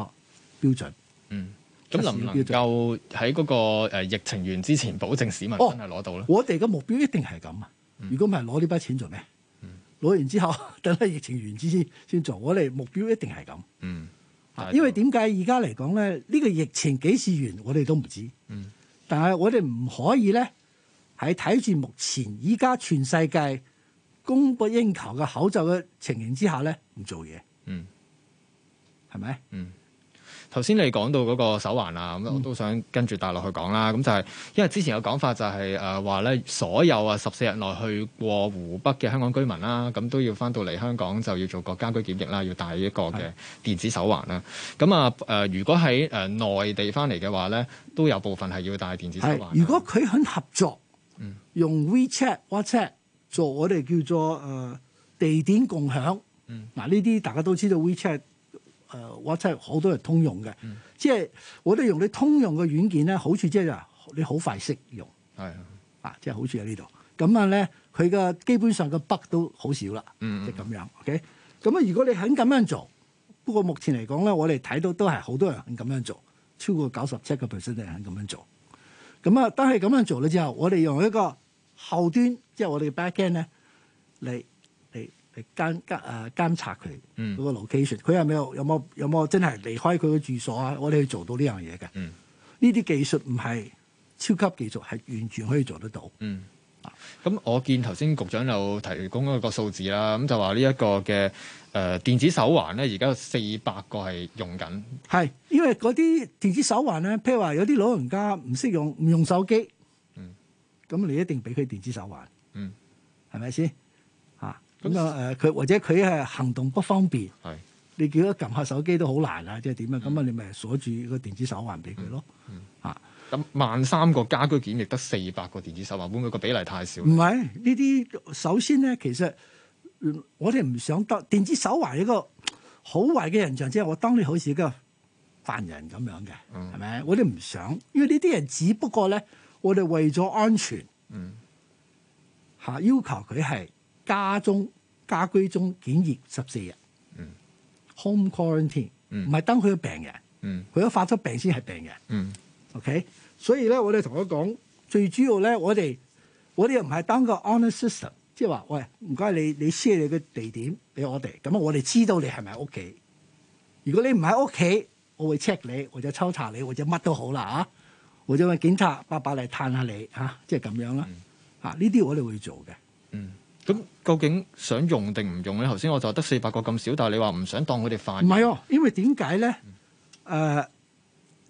S: 標準。
R: 嗯。咁能唔能夠喺嗰個呃疫情完之前，保證市
S: 哦
R: 民真係攞到咧？
S: 我哋嘅目標一定係咁啊！如果唔係攞呢筆錢做咩？攞完之後， 等佢疫情完之先先做。我哋目標一定係咁。
R: 嗯，
S: 啊因為點解而家嚟講咧？呢、呢個疫情幾時完，我哋都唔知。
R: 嗯
S: 但係我哋唔可以咧，喺睇住目前依家全世界供不應求嘅口罩嘅情形之下咧，唔做嘢，
R: 嗯
S: 係咪？
R: 嗯。頭先你講到嗰個手環啊，
S: 嗯
R: 咁我都想跟住大陸去講啦。咁就係、因為之前有講法就係誒話咧，所有啊十四日內去過湖北嘅香港居民啦，咁都要翻到嚟香港就要做國家居檢疫啦，要戴一個嘅電子手環啦。咁啊誒，如果喺誒內地翻嚟嘅話咧，都有部分係要戴電子手環啊
S: 係，。如果佢肯合作，用 WeChat、WhatsApp 做我哋叫做誒、呃地點共享。嗱呢啲大家都知道 WeChat、誒 WhatsApp 好多人通用嘅，即係我哋用你通用嘅軟件咧，好處即係你好快識用。
R: 係啊
S: 啊，即係好處喺呢度。咁啊咧，佢嘅基本上嘅北都好少啦，
R: 嗯
S: 即係咁樣。OK，咁啊，如果你肯咁樣做，不過目前嚟講咧，我哋睇到都係好多人肯咁樣做，超過九十七個 percent 嘅人肯咁樣做。咁啊，但係咁樣做咗之後，我哋用一個後端，即係我哋嘅 back end 咧，嚟嚟嚟監監誒監察佢
R: 嗯
S: 嗰個 location，佢係咪有有冇有冇真係離開佢嘅住所啊？我哋去做到呢樣嘢嘅。
R: 嗯
S: 呢啲技術唔係超級技術，係完全可以做得到。
R: 嗯。咁我見頭先局長有提供一個數字啦，咁就話呢一個嘅誒、呃、電子手環咧，而家有四百個係用緊，
S: 係，因為嗰啲電子手環咧，譬如話有啲老人家唔識用，唔用手機，
R: 嗯
S: 咁你一定俾佢電子手環，
R: 嗯，
S: 係咪先？嚇，咁啊誒，佢或者佢係行動不方便，
R: 係
S: 你叫佢撳下手機都好難啊，即係點啊？咁啊，你咪鎖住個電子手環俾佢咯。啊，
R: 咁萬三個家居檢疫得四百個電子手環，會唔會個比例太少
S: 唔？係呢啲，首先咧，其實嗯我哋唔想得電子手環一個好壞嘅印象，即係我當你好似一個犯人咁樣嘅，
R: 嗯
S: 係咪、我哋唔想，因為呢啲人只不過咧，我哋為咗安全嚇、
R: 嗯
S: 要求佢係家中家居中檢疫十四日、
R: 嗯
S: home quarantine，
R: 嗯
S: 唔係等佢係病人，
R: 嗯
S: 佢一發咗病先係病人。
R: 嗯
S: OK，所以咧，我哋同佢講，最主要咧，我哋我哋又唔係當個 honor system，即係話，喂，唔該你你 share 你嘅地點俾我哋，咁我哋知道你係咪喺屋企。如果你唔喺屋企，我會 check 你，或者抽查你，或者乜都好啦啊，或者揾警察伯伯嚟探下你嚇、啊即係咁樣啦。嚇、呢啲我哋會做嘅。
R: 嗯，咁究竟想用定唔用咧？頭先我就話得四百個咁少，但係你話唔想當佢哋犯
S: 唔
R: 人，
S: 係哦，因為點解咧？誒、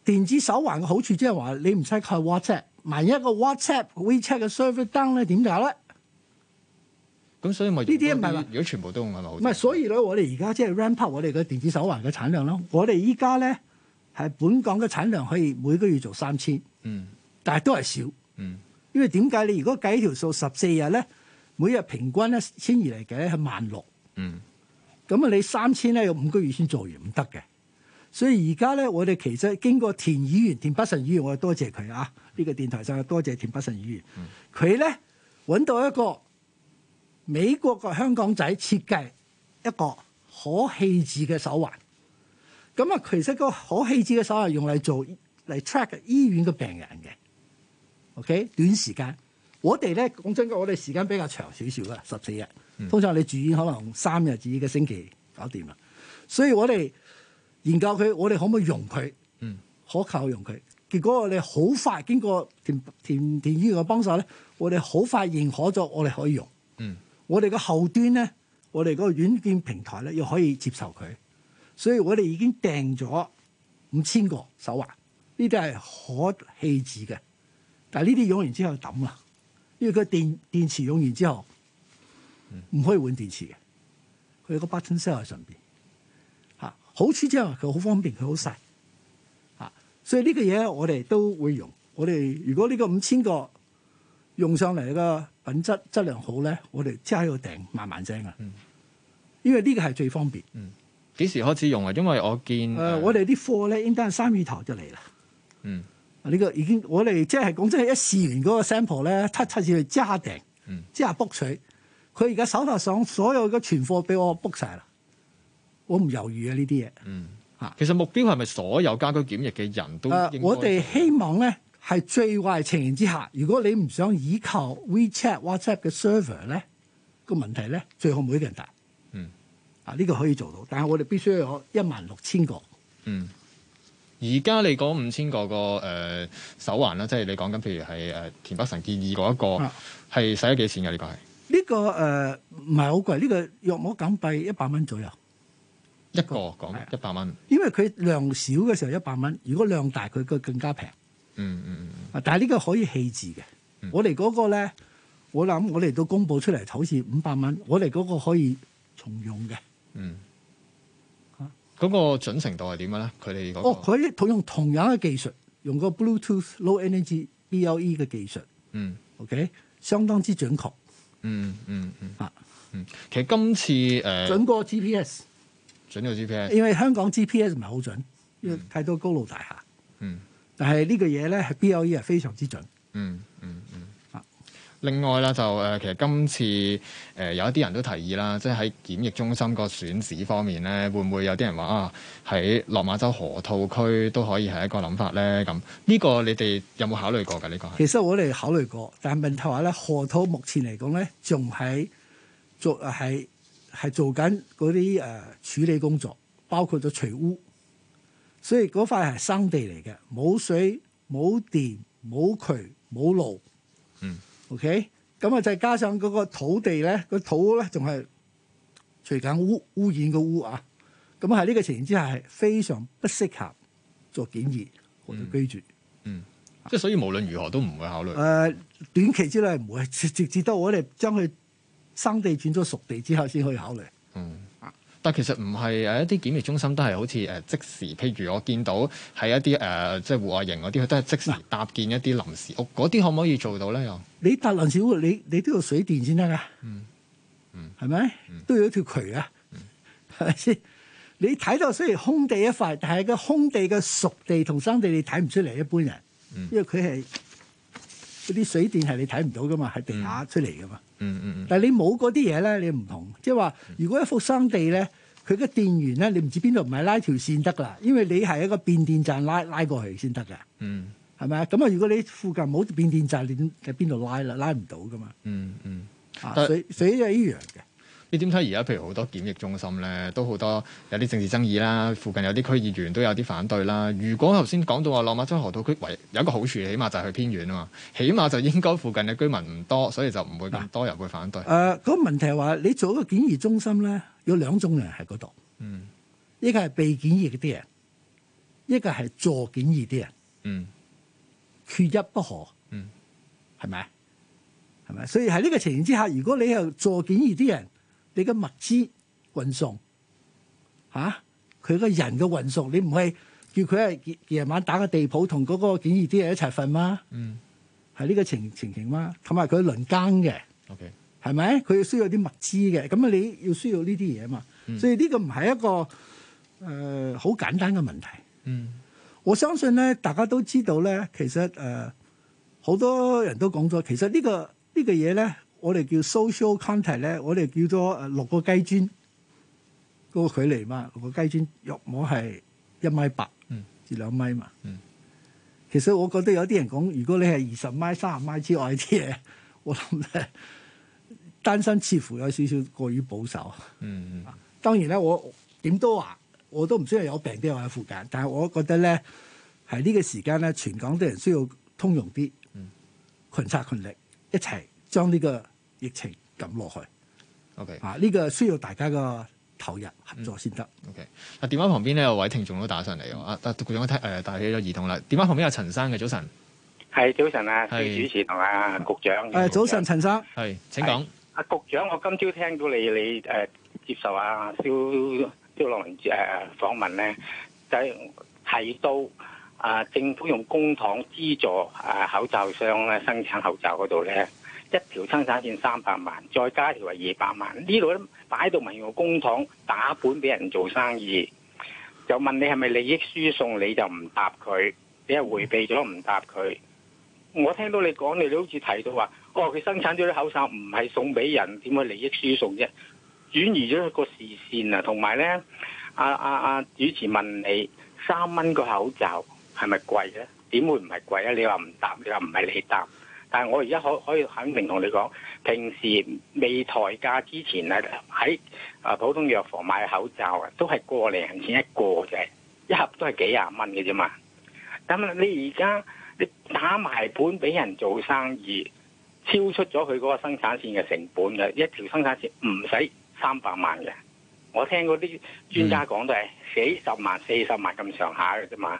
S: 電子手環嘅好處即係話你唔使靠 WhatsApp，萬一個 WhatsApp、WeChat 嘅 server down 咧，點解咧？
R: 咁所以咪
S: 呢啲唔係話
R: 如果全部都用係咪好
S: 唔？係，所以咧，我哋而家即係 ramp up 我哋嘅電子手環嘅產量咯。我哋依家咧係本港嘅產量可以每個月做三千，
R: 嗯
S: 但係都係少，
R: 嗯
S: 因為點解你如果計條數十四日咧，每日平均咧千二嚟計咧係萬六，
R: 嗯
S: 咁啊你三千咧要五個月先做完唔得嘅。所以而家咧，我哋其實經過田議員、田北辰議員，我哋多謝佢啊！呢、個電台上多謝田北辰議員，佢咧揾到一個美國個香港仔設計一個可棄置嘅手環。咁啊，其實個可棄置嘅手環用嚟做嚟 track 醫院嘅病人嘅。OK，短時間，我哋咧講真嘅，我哋時間比較長少少啦，啊十四日。
R: 嗯
S: 通常你住院可能三日至一個星期搞掂啦，所以我哋研究佢，我哋可唔可以用佢？
R: 嗯，
S: 可靠用佢。結果我哋好快經過田田田醫院嘅幫手咧，我哋好快認可咗，我哋可以用。
R: 嗯
S: 我哋嘅後端咧，我哋嗰個軟件平台咧，又可以接受佢，所以我哋已經訂咗五千個手環，呢啲係可棄置嘅。但係呢啲用完之後抌啦，因為佢電電池用完之後唔可以換電池嘅，佢有個 button cell 喺上邊嚇。好處之後佢好方便，佢好細嚇，所以呢個嘢我哋都會用。我哋如果呢個五千個用上嚟嘅品質質量好咧，我哋即係喺度訂慢慢聲啊，因為呢個係最方便。
R: 幾時開始用啊？因為我見
S: 誒、
R: 誒、
S: 呃我哋啲貨咧應該係三月頭就嚟啦。啊
R: 嗯
S: 呢個已經我哋即係講真，一試完嗰個 sample 咧，七七次去即刻訂，
R: 嗯
S: 即刻 book 取。佢而家手頭上所有嘅存貨俾我 book 晒啦，我唔猶豫啊呢啲嘢。
R: 嗯
S: 嚇，
R: 其實目標係咪所有家居檢疫嘅人都
S: 誒、
R: 應
S: 啊
R: 該
S: 我哋希望咧係最壞情形之下，如果你唔想依靠 WeChat、WhatsApp 嘅 server 咧，個問題咧最好每個人帶。
R: 嗯
S: 啊，呢、個可以做到，但係我哋必須要有一萬六千個。
R: 嗯，而家你講五千個個誒、呃手環啦，即係你講緊譬如係誒、呃田北辰建議嗰一個
S: 啊
R: 係使咗幾錢嘅呢個係？
S: 呃呢、個誒唔係好貴，呢、個約莫港幣一百蚊左右。啊
R: 一個講一百蚊，
S: 因為佢量少嘅時候一百蚊，如果量大佢個更加平。
R: 嗯嗯嗯，
S: 啊，但係呢個可以棄置嘅。我哋嗰個咧，我諗我哋都公佈出嚟，好似五百蚊，我哋嗰個可以重用嘅。
R: 嗯，嗰個準程度係點嘅咧？佢哋嗰個
S: 哦，佢同用同樣嘅技術，用個 Bluetooth Low Energy BLE 嘅技術。
R: 嗯
S: ，OK，相當之準確。
R: 嗯嗯嗯
S: 啊
R: 嗯，其實今次誒
S: 準過 GPS，
R: 準咗 GPS，
S: 因為香港 GPS 唔係好準，因為太多高樓大廈。
R: 嗯
S: 但係呢個嘢咧係 BLE 係非常之準。
R: 嗯嗯嗯啊。另外啦，就誒、呃其實今次誒、呃有一啲人都提議啦，即係喺檢疫中心個選址方面咧，會唔會有啲人話啊，喺落馬洲河套區都可以係一個諗法咧？咁呢個你哋有冇考慮過㗎？呢、個係
S: 其實我哋考慮過，但係問題話咧，河套目前嚟講咧，仲喺做係係做緊嗰啲誒處理工作，包括咗除污，所以嗰塊係生地嚟嘅，冇水、冇電、冇渠、冇路。
R: 嗯
S: ，OK，咁啊就加上嗰個土地咧，個土咧仲係除緊污污染嘅污啊，咁喺呢個情形之下係非常不適合作建議或者居住。
R: 即係所以無論如何都唔會考慮。
S: 誒、呃短期之內唔會，直直至到我哋將佢生地轉咗熟地之後先可以考慮。
R: 但其實唔係誒一啲檢疫中心都係好似誒、呃即時，譬如我見到喺一啲誒、呃即係戶外型嗰啲，佢都係即時搭建一啲臨時屋，嗰啲可唔可以做到咧？又
S: 你搭臨時屋，你你都要水電先得㗎，係咪、都要一條渠啊，係咪先？你睇到雖然空地一塊，但係個空地嘅熟地同生地你睇唔出嚟，一般人，因為佢係嗰啲水電係你睇唔到㗎嘛，係地下出嚟㗎嘛。
R: 嗯嗯
S: 但係你冇嗰啲嘢咧，你唔同，即係話如果一幅生地咧，佢嘅電源咧，你唔知邊度唔係拉條線得啦，因為你係一個變電站拉拉過去先得㗎，
R: 嗯
S: 係咪啊？咁啊，如果你附近冇變電站，你點喺邊度拉啦？拉唔到㗎嘛。
R: 嗯嗯，
S: 啊
R: 但，
S: 所以所以就一樣嘅。
R: 你點睇而家譬如好多檢疫中心咧，都好多有啲政治爭議啦，附近有啲區議員都有啲反對啦。如果頭先講到話落馬洲河套區唯有一個好處，起碼就係佢偏遠啊嘛，起碼就應該附近嘅居民唔多，所以就唔會咁多人會反對
S: 誒、。呃嗰個問題係話你做一個檢疫中心咧，有兩種人喺嗰度，
R: 嗯
S: 一個係被檢疫嗰啲人，一個係助檢疫啲人，
R: 嗯
S: 缺一不可。
R: 嗯，
S: 係咪？係咪？所以喺呢個情形之下，如果你係助檢易啲人，你嘅物資運送嚇，佢、個人嘅運送，你唔係叫佢係夜夜晚打個地鋪同嗰個檢易啲人一齊瞓嗎？
R: 嗯
S: 係呢個情情形嗎？同埋佢輪更嘅，
R: ，OK，
S: 係咪？佢需要啲物資嘅，咁啊你要需要呢啲嘢嘛？
R: 嗯
S: 所以呢個唔係一個誒好、簡單嘅問題。
R: 嗯
S: 我相信咧，大家都知道咧，其實誒好、多人都講咗，其實呢、個呢、個嘢咧，我哋叫 social contact 咧，我哋叫做誒六個雞磚嗰個距離嘛，六個雞磚約摸係一米八
R: 嗯
S: 至兩米嘛。
R: 嗯
S: 其實我覺得有啲人講，如果你係二十米、三十米之外啲嘢，我諗咧單身似乎有少少過於保守。
R: 嗯嗯
S: 當然咧，我點都話我都唔需要有病啲人喺附近，但係我覺得咧係呢個時間咧，全港啲人需要通融啲，群策群力一齊將呢個疫情撳落去
R: ，OK。
S: 啊！呢、個需要大家嘅投入合作先得。
R: OK，嗱電話旁邊咧有位聽眾都打上嚟喎，啊，啊局長聽誒帶起咗耳筒啦。電話旁邊有陳生嘅，早晨，
F: 係早晨啊，
R: 係
F: 蕭主持同啊局長。
S: 誒、早晨，陳生，
R: 係請講。
F: 阿局長，我今朝聽到你你誒、呃接受啊蕭蕭樂文誒訪問咧，就係提到啊、政府用公帑資助啊口罩商咧生產口罩嗰度咧，一條生產線三百萬，再加一條係二百萬，呢度咧擺到民用公帑打本俾人做生意，就問你係咪利益輸送，你就唔答佢，你係迴避咗唔答佢。我聽到你講，你你好似提到話，哦，佢生產咗啲口罩唔係送俾人，點會利益輸送啫？轉移咗個視線啊，同埋啊咧，阿阿阿主持問你三蚊個口罩係咪貴咧？點會唔係貴啊？你話唔答，你話唔係你答。但係我而家可可以肯定同你講，平時未抬價之前啊，喺啊普通藥房買口罩啊，都係個零錢一個啫，一盒都係幾廿蚊嘅啫嘛。咁你而家你打埋本俾人做生意，超出咗佢嗰個生產線嘅成本嘅，一條生產線唔使三百萬嘅，我聽嗰啲專家講都係幾十萬、四十萬咁上下嘅啫嘛。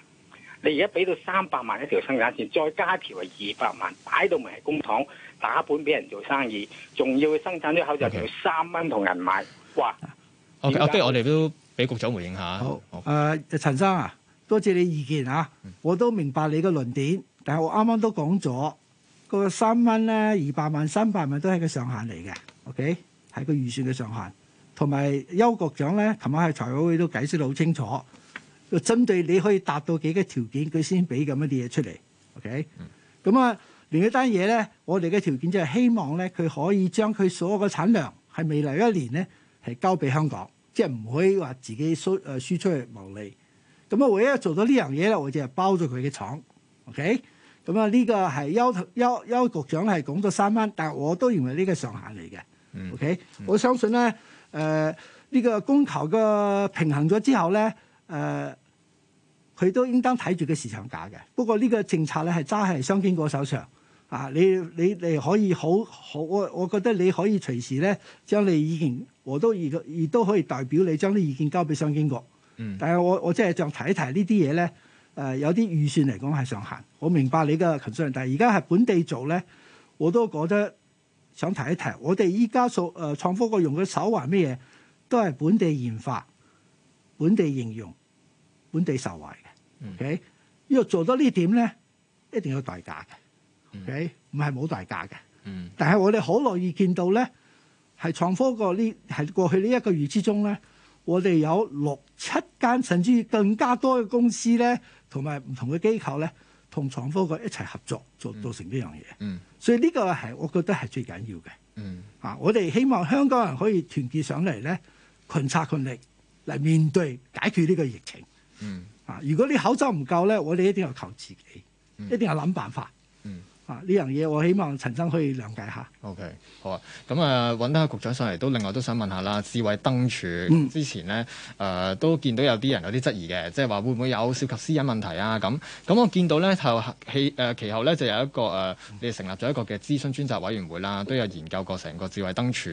F: 你而家俾到三百萬一條生產線，再加條係二百萬，擺到明係公帑打本俾人做生意，仲要生產咗口罩仲要三蚊同人買，哇！
R: OK，啊，不如我哋都俾局長回應下。好，嗯
S: 誒、陳生啊，多謝你意見啊，我都明白你嘅論點，但係我啱啱都講咗，個三蚊咧二百萬、三百萬都係個上限嚟嘅，OK，係個預算嘅上限。同埋邱局長咧，琴晚喺財委會都解釋得好清楚，針對你可以達到幾個條件，佢先俾咁一啲嘢出嚟，OK。咁啊，另一單嘢咧，我哋嘅條件就係希望咧，佢可以將佢所有嘅產量係未來一年咧係交俾香港，即係唔可以話自己輸誒輸出去牟利。咁啊，唯一做到呢樣嘢咧，我就係包咗佢嘅廠，OK。咁啊，呢個係邱邱邱局長係講咗三蚊，但係我都認為呢個上限嚟
R: 嗯
S: 嘅，OK。我相信咧，誒、呢、個供求嘅平衡咗之後咧，誒、佢都應當睇住個市場價嘅。不過呢個政策咧係揸喺商經嗰手上啊！你你你可以好好，我我覺得你可以隨時咧將你意見，我都亦亦都可以代表你將啲意見交俾商經局。
R: 嗯
S: 但係我我即係想提一提呢啲嘢咧，誒、有啲預算嚟講係上限。我明白你嘅 concern，但係而家係本地做咧，我都覺得想提一提。我哋依家所誒創科局用嘅手環咩嘢，都係本地研發、本地應用、本地受惠嘅。OK，要做到呢點咧，一定有代價嘅。OK，唔係冇代價嘅。
R: 嗯
S: 但係我哋好樂意見到咧，係創科個呢係過去呢一個月之中咧，我哋有六七間甚至於更加多嘅公司咧，同埋唔同嘅機構咧，同創科個一齊合作，做做成呢樣嘢。
R: 嗯
S: 所以呢個係我覺得係最緊要嘅。
R: 嗯
S: 啊，我哋希望香港人可以團結上嚟咧，群策群力嚟面對解決呢個疫情。
R: 嗯
S: 啊，如果你口罩唔夠咧，我哋一定要求自己，
R: 嗯
S: 一定要諗辦法。
R: 嗯。
S: 啊！呢樣嘢我希望陳生可以諒解下。
R: OK，好啊。咁啊，揾得阿局長上嚟，都另外都想問下啦。智慧燈柱、
S: 嗯
R: 之前呢，誒、呃都見到有啲人有啲質疑嘅，即係話會唔會有涉及私隱問題啊？咁咁我見到呢，就其誒其後呢，就有一個誒、你哋成立咗一個嘅諮詢專責委員會啦，都有研究過成個智慧燈柱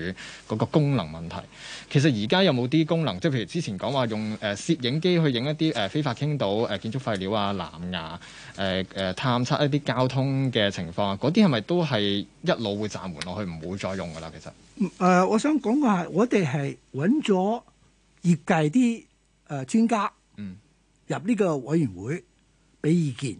R: 嗰個功能問題。其實而家有冇啲功能，即係譬如之前講話用誒攝影機去影一啲誒非法傾倒誒建築廢料啊、藍牙誒誒探測一啲交通嘅情況啊，嗰啲係咪都係一路會暫緩落去，唔會再用㗎啦？其實，
S: 誒、呃我想講嘅係，我哋係揾咗業界啲誒、呃專家
R: 嗯
S: 入呢個委員會俾意見，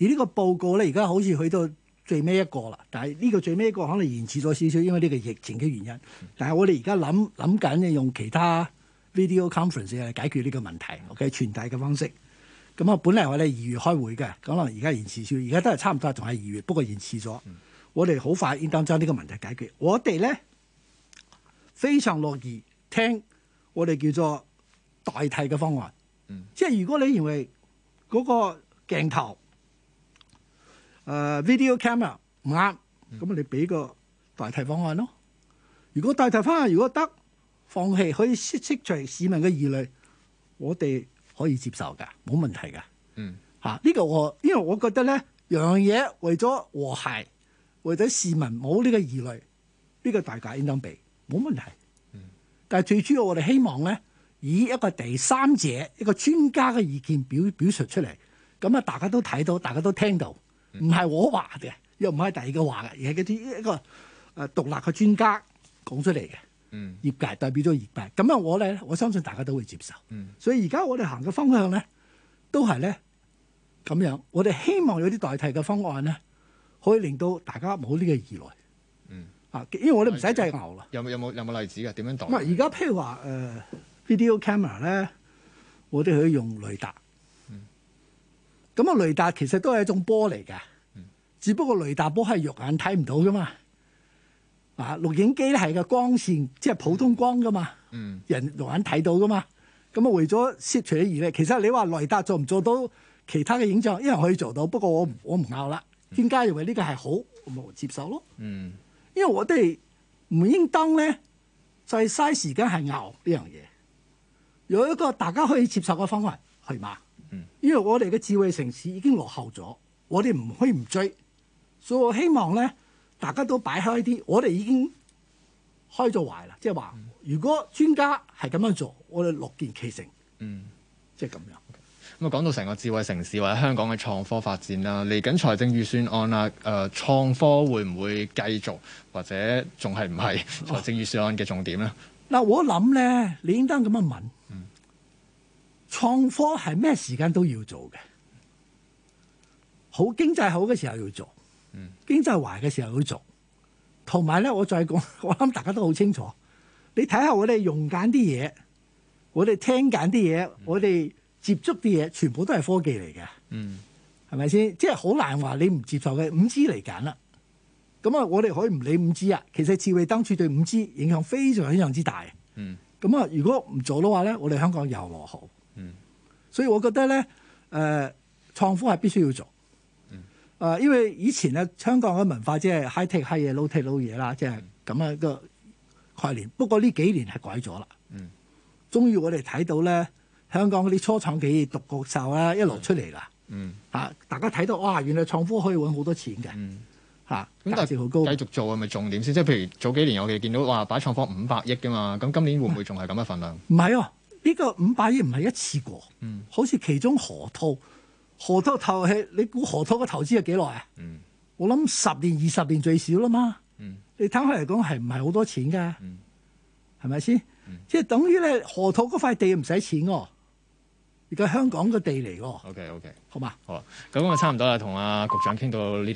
S: 而呢個報告咧，而家好似去到最尾一個啦。但係呢個最尾一個可能延遲咗少少，因為呢個疫情嘅原因。但係我哋而家諗諗緊嘅用其他 video conference 嚟解決呢個問題，OK 傳遞嘅方式。咁啊，本嚟我哋二月開會嘅，可能而家延遲少，而家都係差唔多，仲係二月，不過延遲咗。我哋好快應當將呢個問題解決。我哋咧非常樂意聽我哋叫做代替嘅方案。即係如果你認為嗰個鏡頭誒、video camera 唔啱，咁你俾個代替方案咯。如果代替方案如果得，放棄可以釋釋除市民嘅疑慮，我哋可以接受㗎，冇問題㗎。
R: 嗯
S: 嚇、啊呢、個我因為我覺得咧，樣樣嘢為咗和諧，為咗市民冇呢個疑慮，呢、個大家應當俾，冇問題。但係最主要我哋希望咧，以一個第三者一個專家嘅意見表表述出嚟，咁啊大家都睇到，大家都聽到，唔係我話嘅，又唔係第二個話嘅，而係嗰啲一個誒獨立嘅專家講出嚟嘅。
R: 嗯
S: 業界代表咗業界，咁啊我咧，我相信大家都會接受。
R: 嗯
S: 所以而家我哋行嘅方向咧，都係咧咁樣。我哋希望有啲代替嘅方案咧，可以令到大家冇呢個疑慮
R: 嗯，
S: 啊，因為我哋唔使制牛啦。
R: 有冇有冇有冇例子㗎？點樣代
S: 咁啊，而家譬如話誒、video camera 咧，我哋可以用雷達。
R: 嗯
S: 咁啊，雷達其實都係一種波嚟嘅，
R: 嗯
S: 只不過雷達波係肉眼睇唔到噶嘛。啊，錄影機咧係個光線，即係普通光噶嘛。
R: 嗯
S: 人肉眼睇到噶嘛。咁啊，為咗攝除啲疑慮，其實你話雷達做唔做到其他嘅影像，一樣可以做到。不過我唔我唔拗啦，專家認為呢個係好，我咪接受咯。
R: 嗯
S: 因為我哋唔應當咧，再嘥時間係拗呢樣嘢。有一個大家可以接受嘅方案，係嘛？
R: 嗯
S: 因為我哋嘅智慧城市已經落後咗，我哋唔可以唔追。所以我希望咧，大家都擺
R: 嗯
S: 開啲，我哋已經開咗懷啦，即係話，如果專家係咁樣做，我哋樂見其成，
R: 嗯，
S: 即係咁樣。
R: 咁啊，講到成個智慧城市或者香港嘅創科發展啦，嚟緊財政預算案啦，誒、呃、創科會唔會繼續或者仲係唔係財政預算案嘅重點咧？
S: 嗱，我諗咧，你應當咁樣問，創科係咩時間都要做嘅，好經濟好嘅時候要做，經濟壞嘅時候要做，同埋咧，我再講， 我諗大家都好清楚，你睇下我哋用緊啲嘢，我哋聽緊啲嘢，我哋接觸啲嘢，全部都係科技嚟嘅，
R: 嗯，
S: 係咪先？即係好難話你唔接受嘅，五 G 嚟緊啦。咁啊，我哋可以唔理五 G 啊，其實智慧燈柱對五 G 影響非常非常之大。
R: 嗯，
S: 咁啊，如果唔做嘅話咧，我哋香港又落後。
R: 嗯，
S: 所以我覺得咧，誒、呃、創科係必須要做。
R: 嗯
S: 誒、因為以前咧香港嘅文化即係 high tech high 嘢，low tech low 嘢啦，即
R: 嗯
S: 係咁樣個概念。不過呢幾年係改咗啦。
R: 嗯，
S: 終於我哋睇到咧，香港嗰啲初創企業獨角獸啊啦，一路出嚟啦。
R: 嗯，
S: 嚇、大家睇到哇，原來創科可以揾好多錢嘅。嚇、
R: 咁
S: 價
R: 但
S: 值
R: 係
S: 好高。
R: 繼續做係咪重點先？即係譬如早幾年我哋見到話擺創科五百億㗎嘛，咁今年會唔會仲係咁嘅份量？
S: 唔係啊，呢、個五百億唔係一次過，
R: 嗯
S: 好似其中河套，河套投係你估河套嘅投資係幾耐啊？
R: 嗯
S: 我諗十年二十年最少啦嘛。
R: 嗯
S: 你攤開嚟講係唔係好多錢㗎？係咪先？
R: 嗯
S: 即係等於咧河套嗰塊地唔使錢喎，而家香港嘅地嚟喎，
R: ，OK OK，
S: 好嘛？
R: 啊好啊，咁我差唔多啦，同阿局長傾到呢。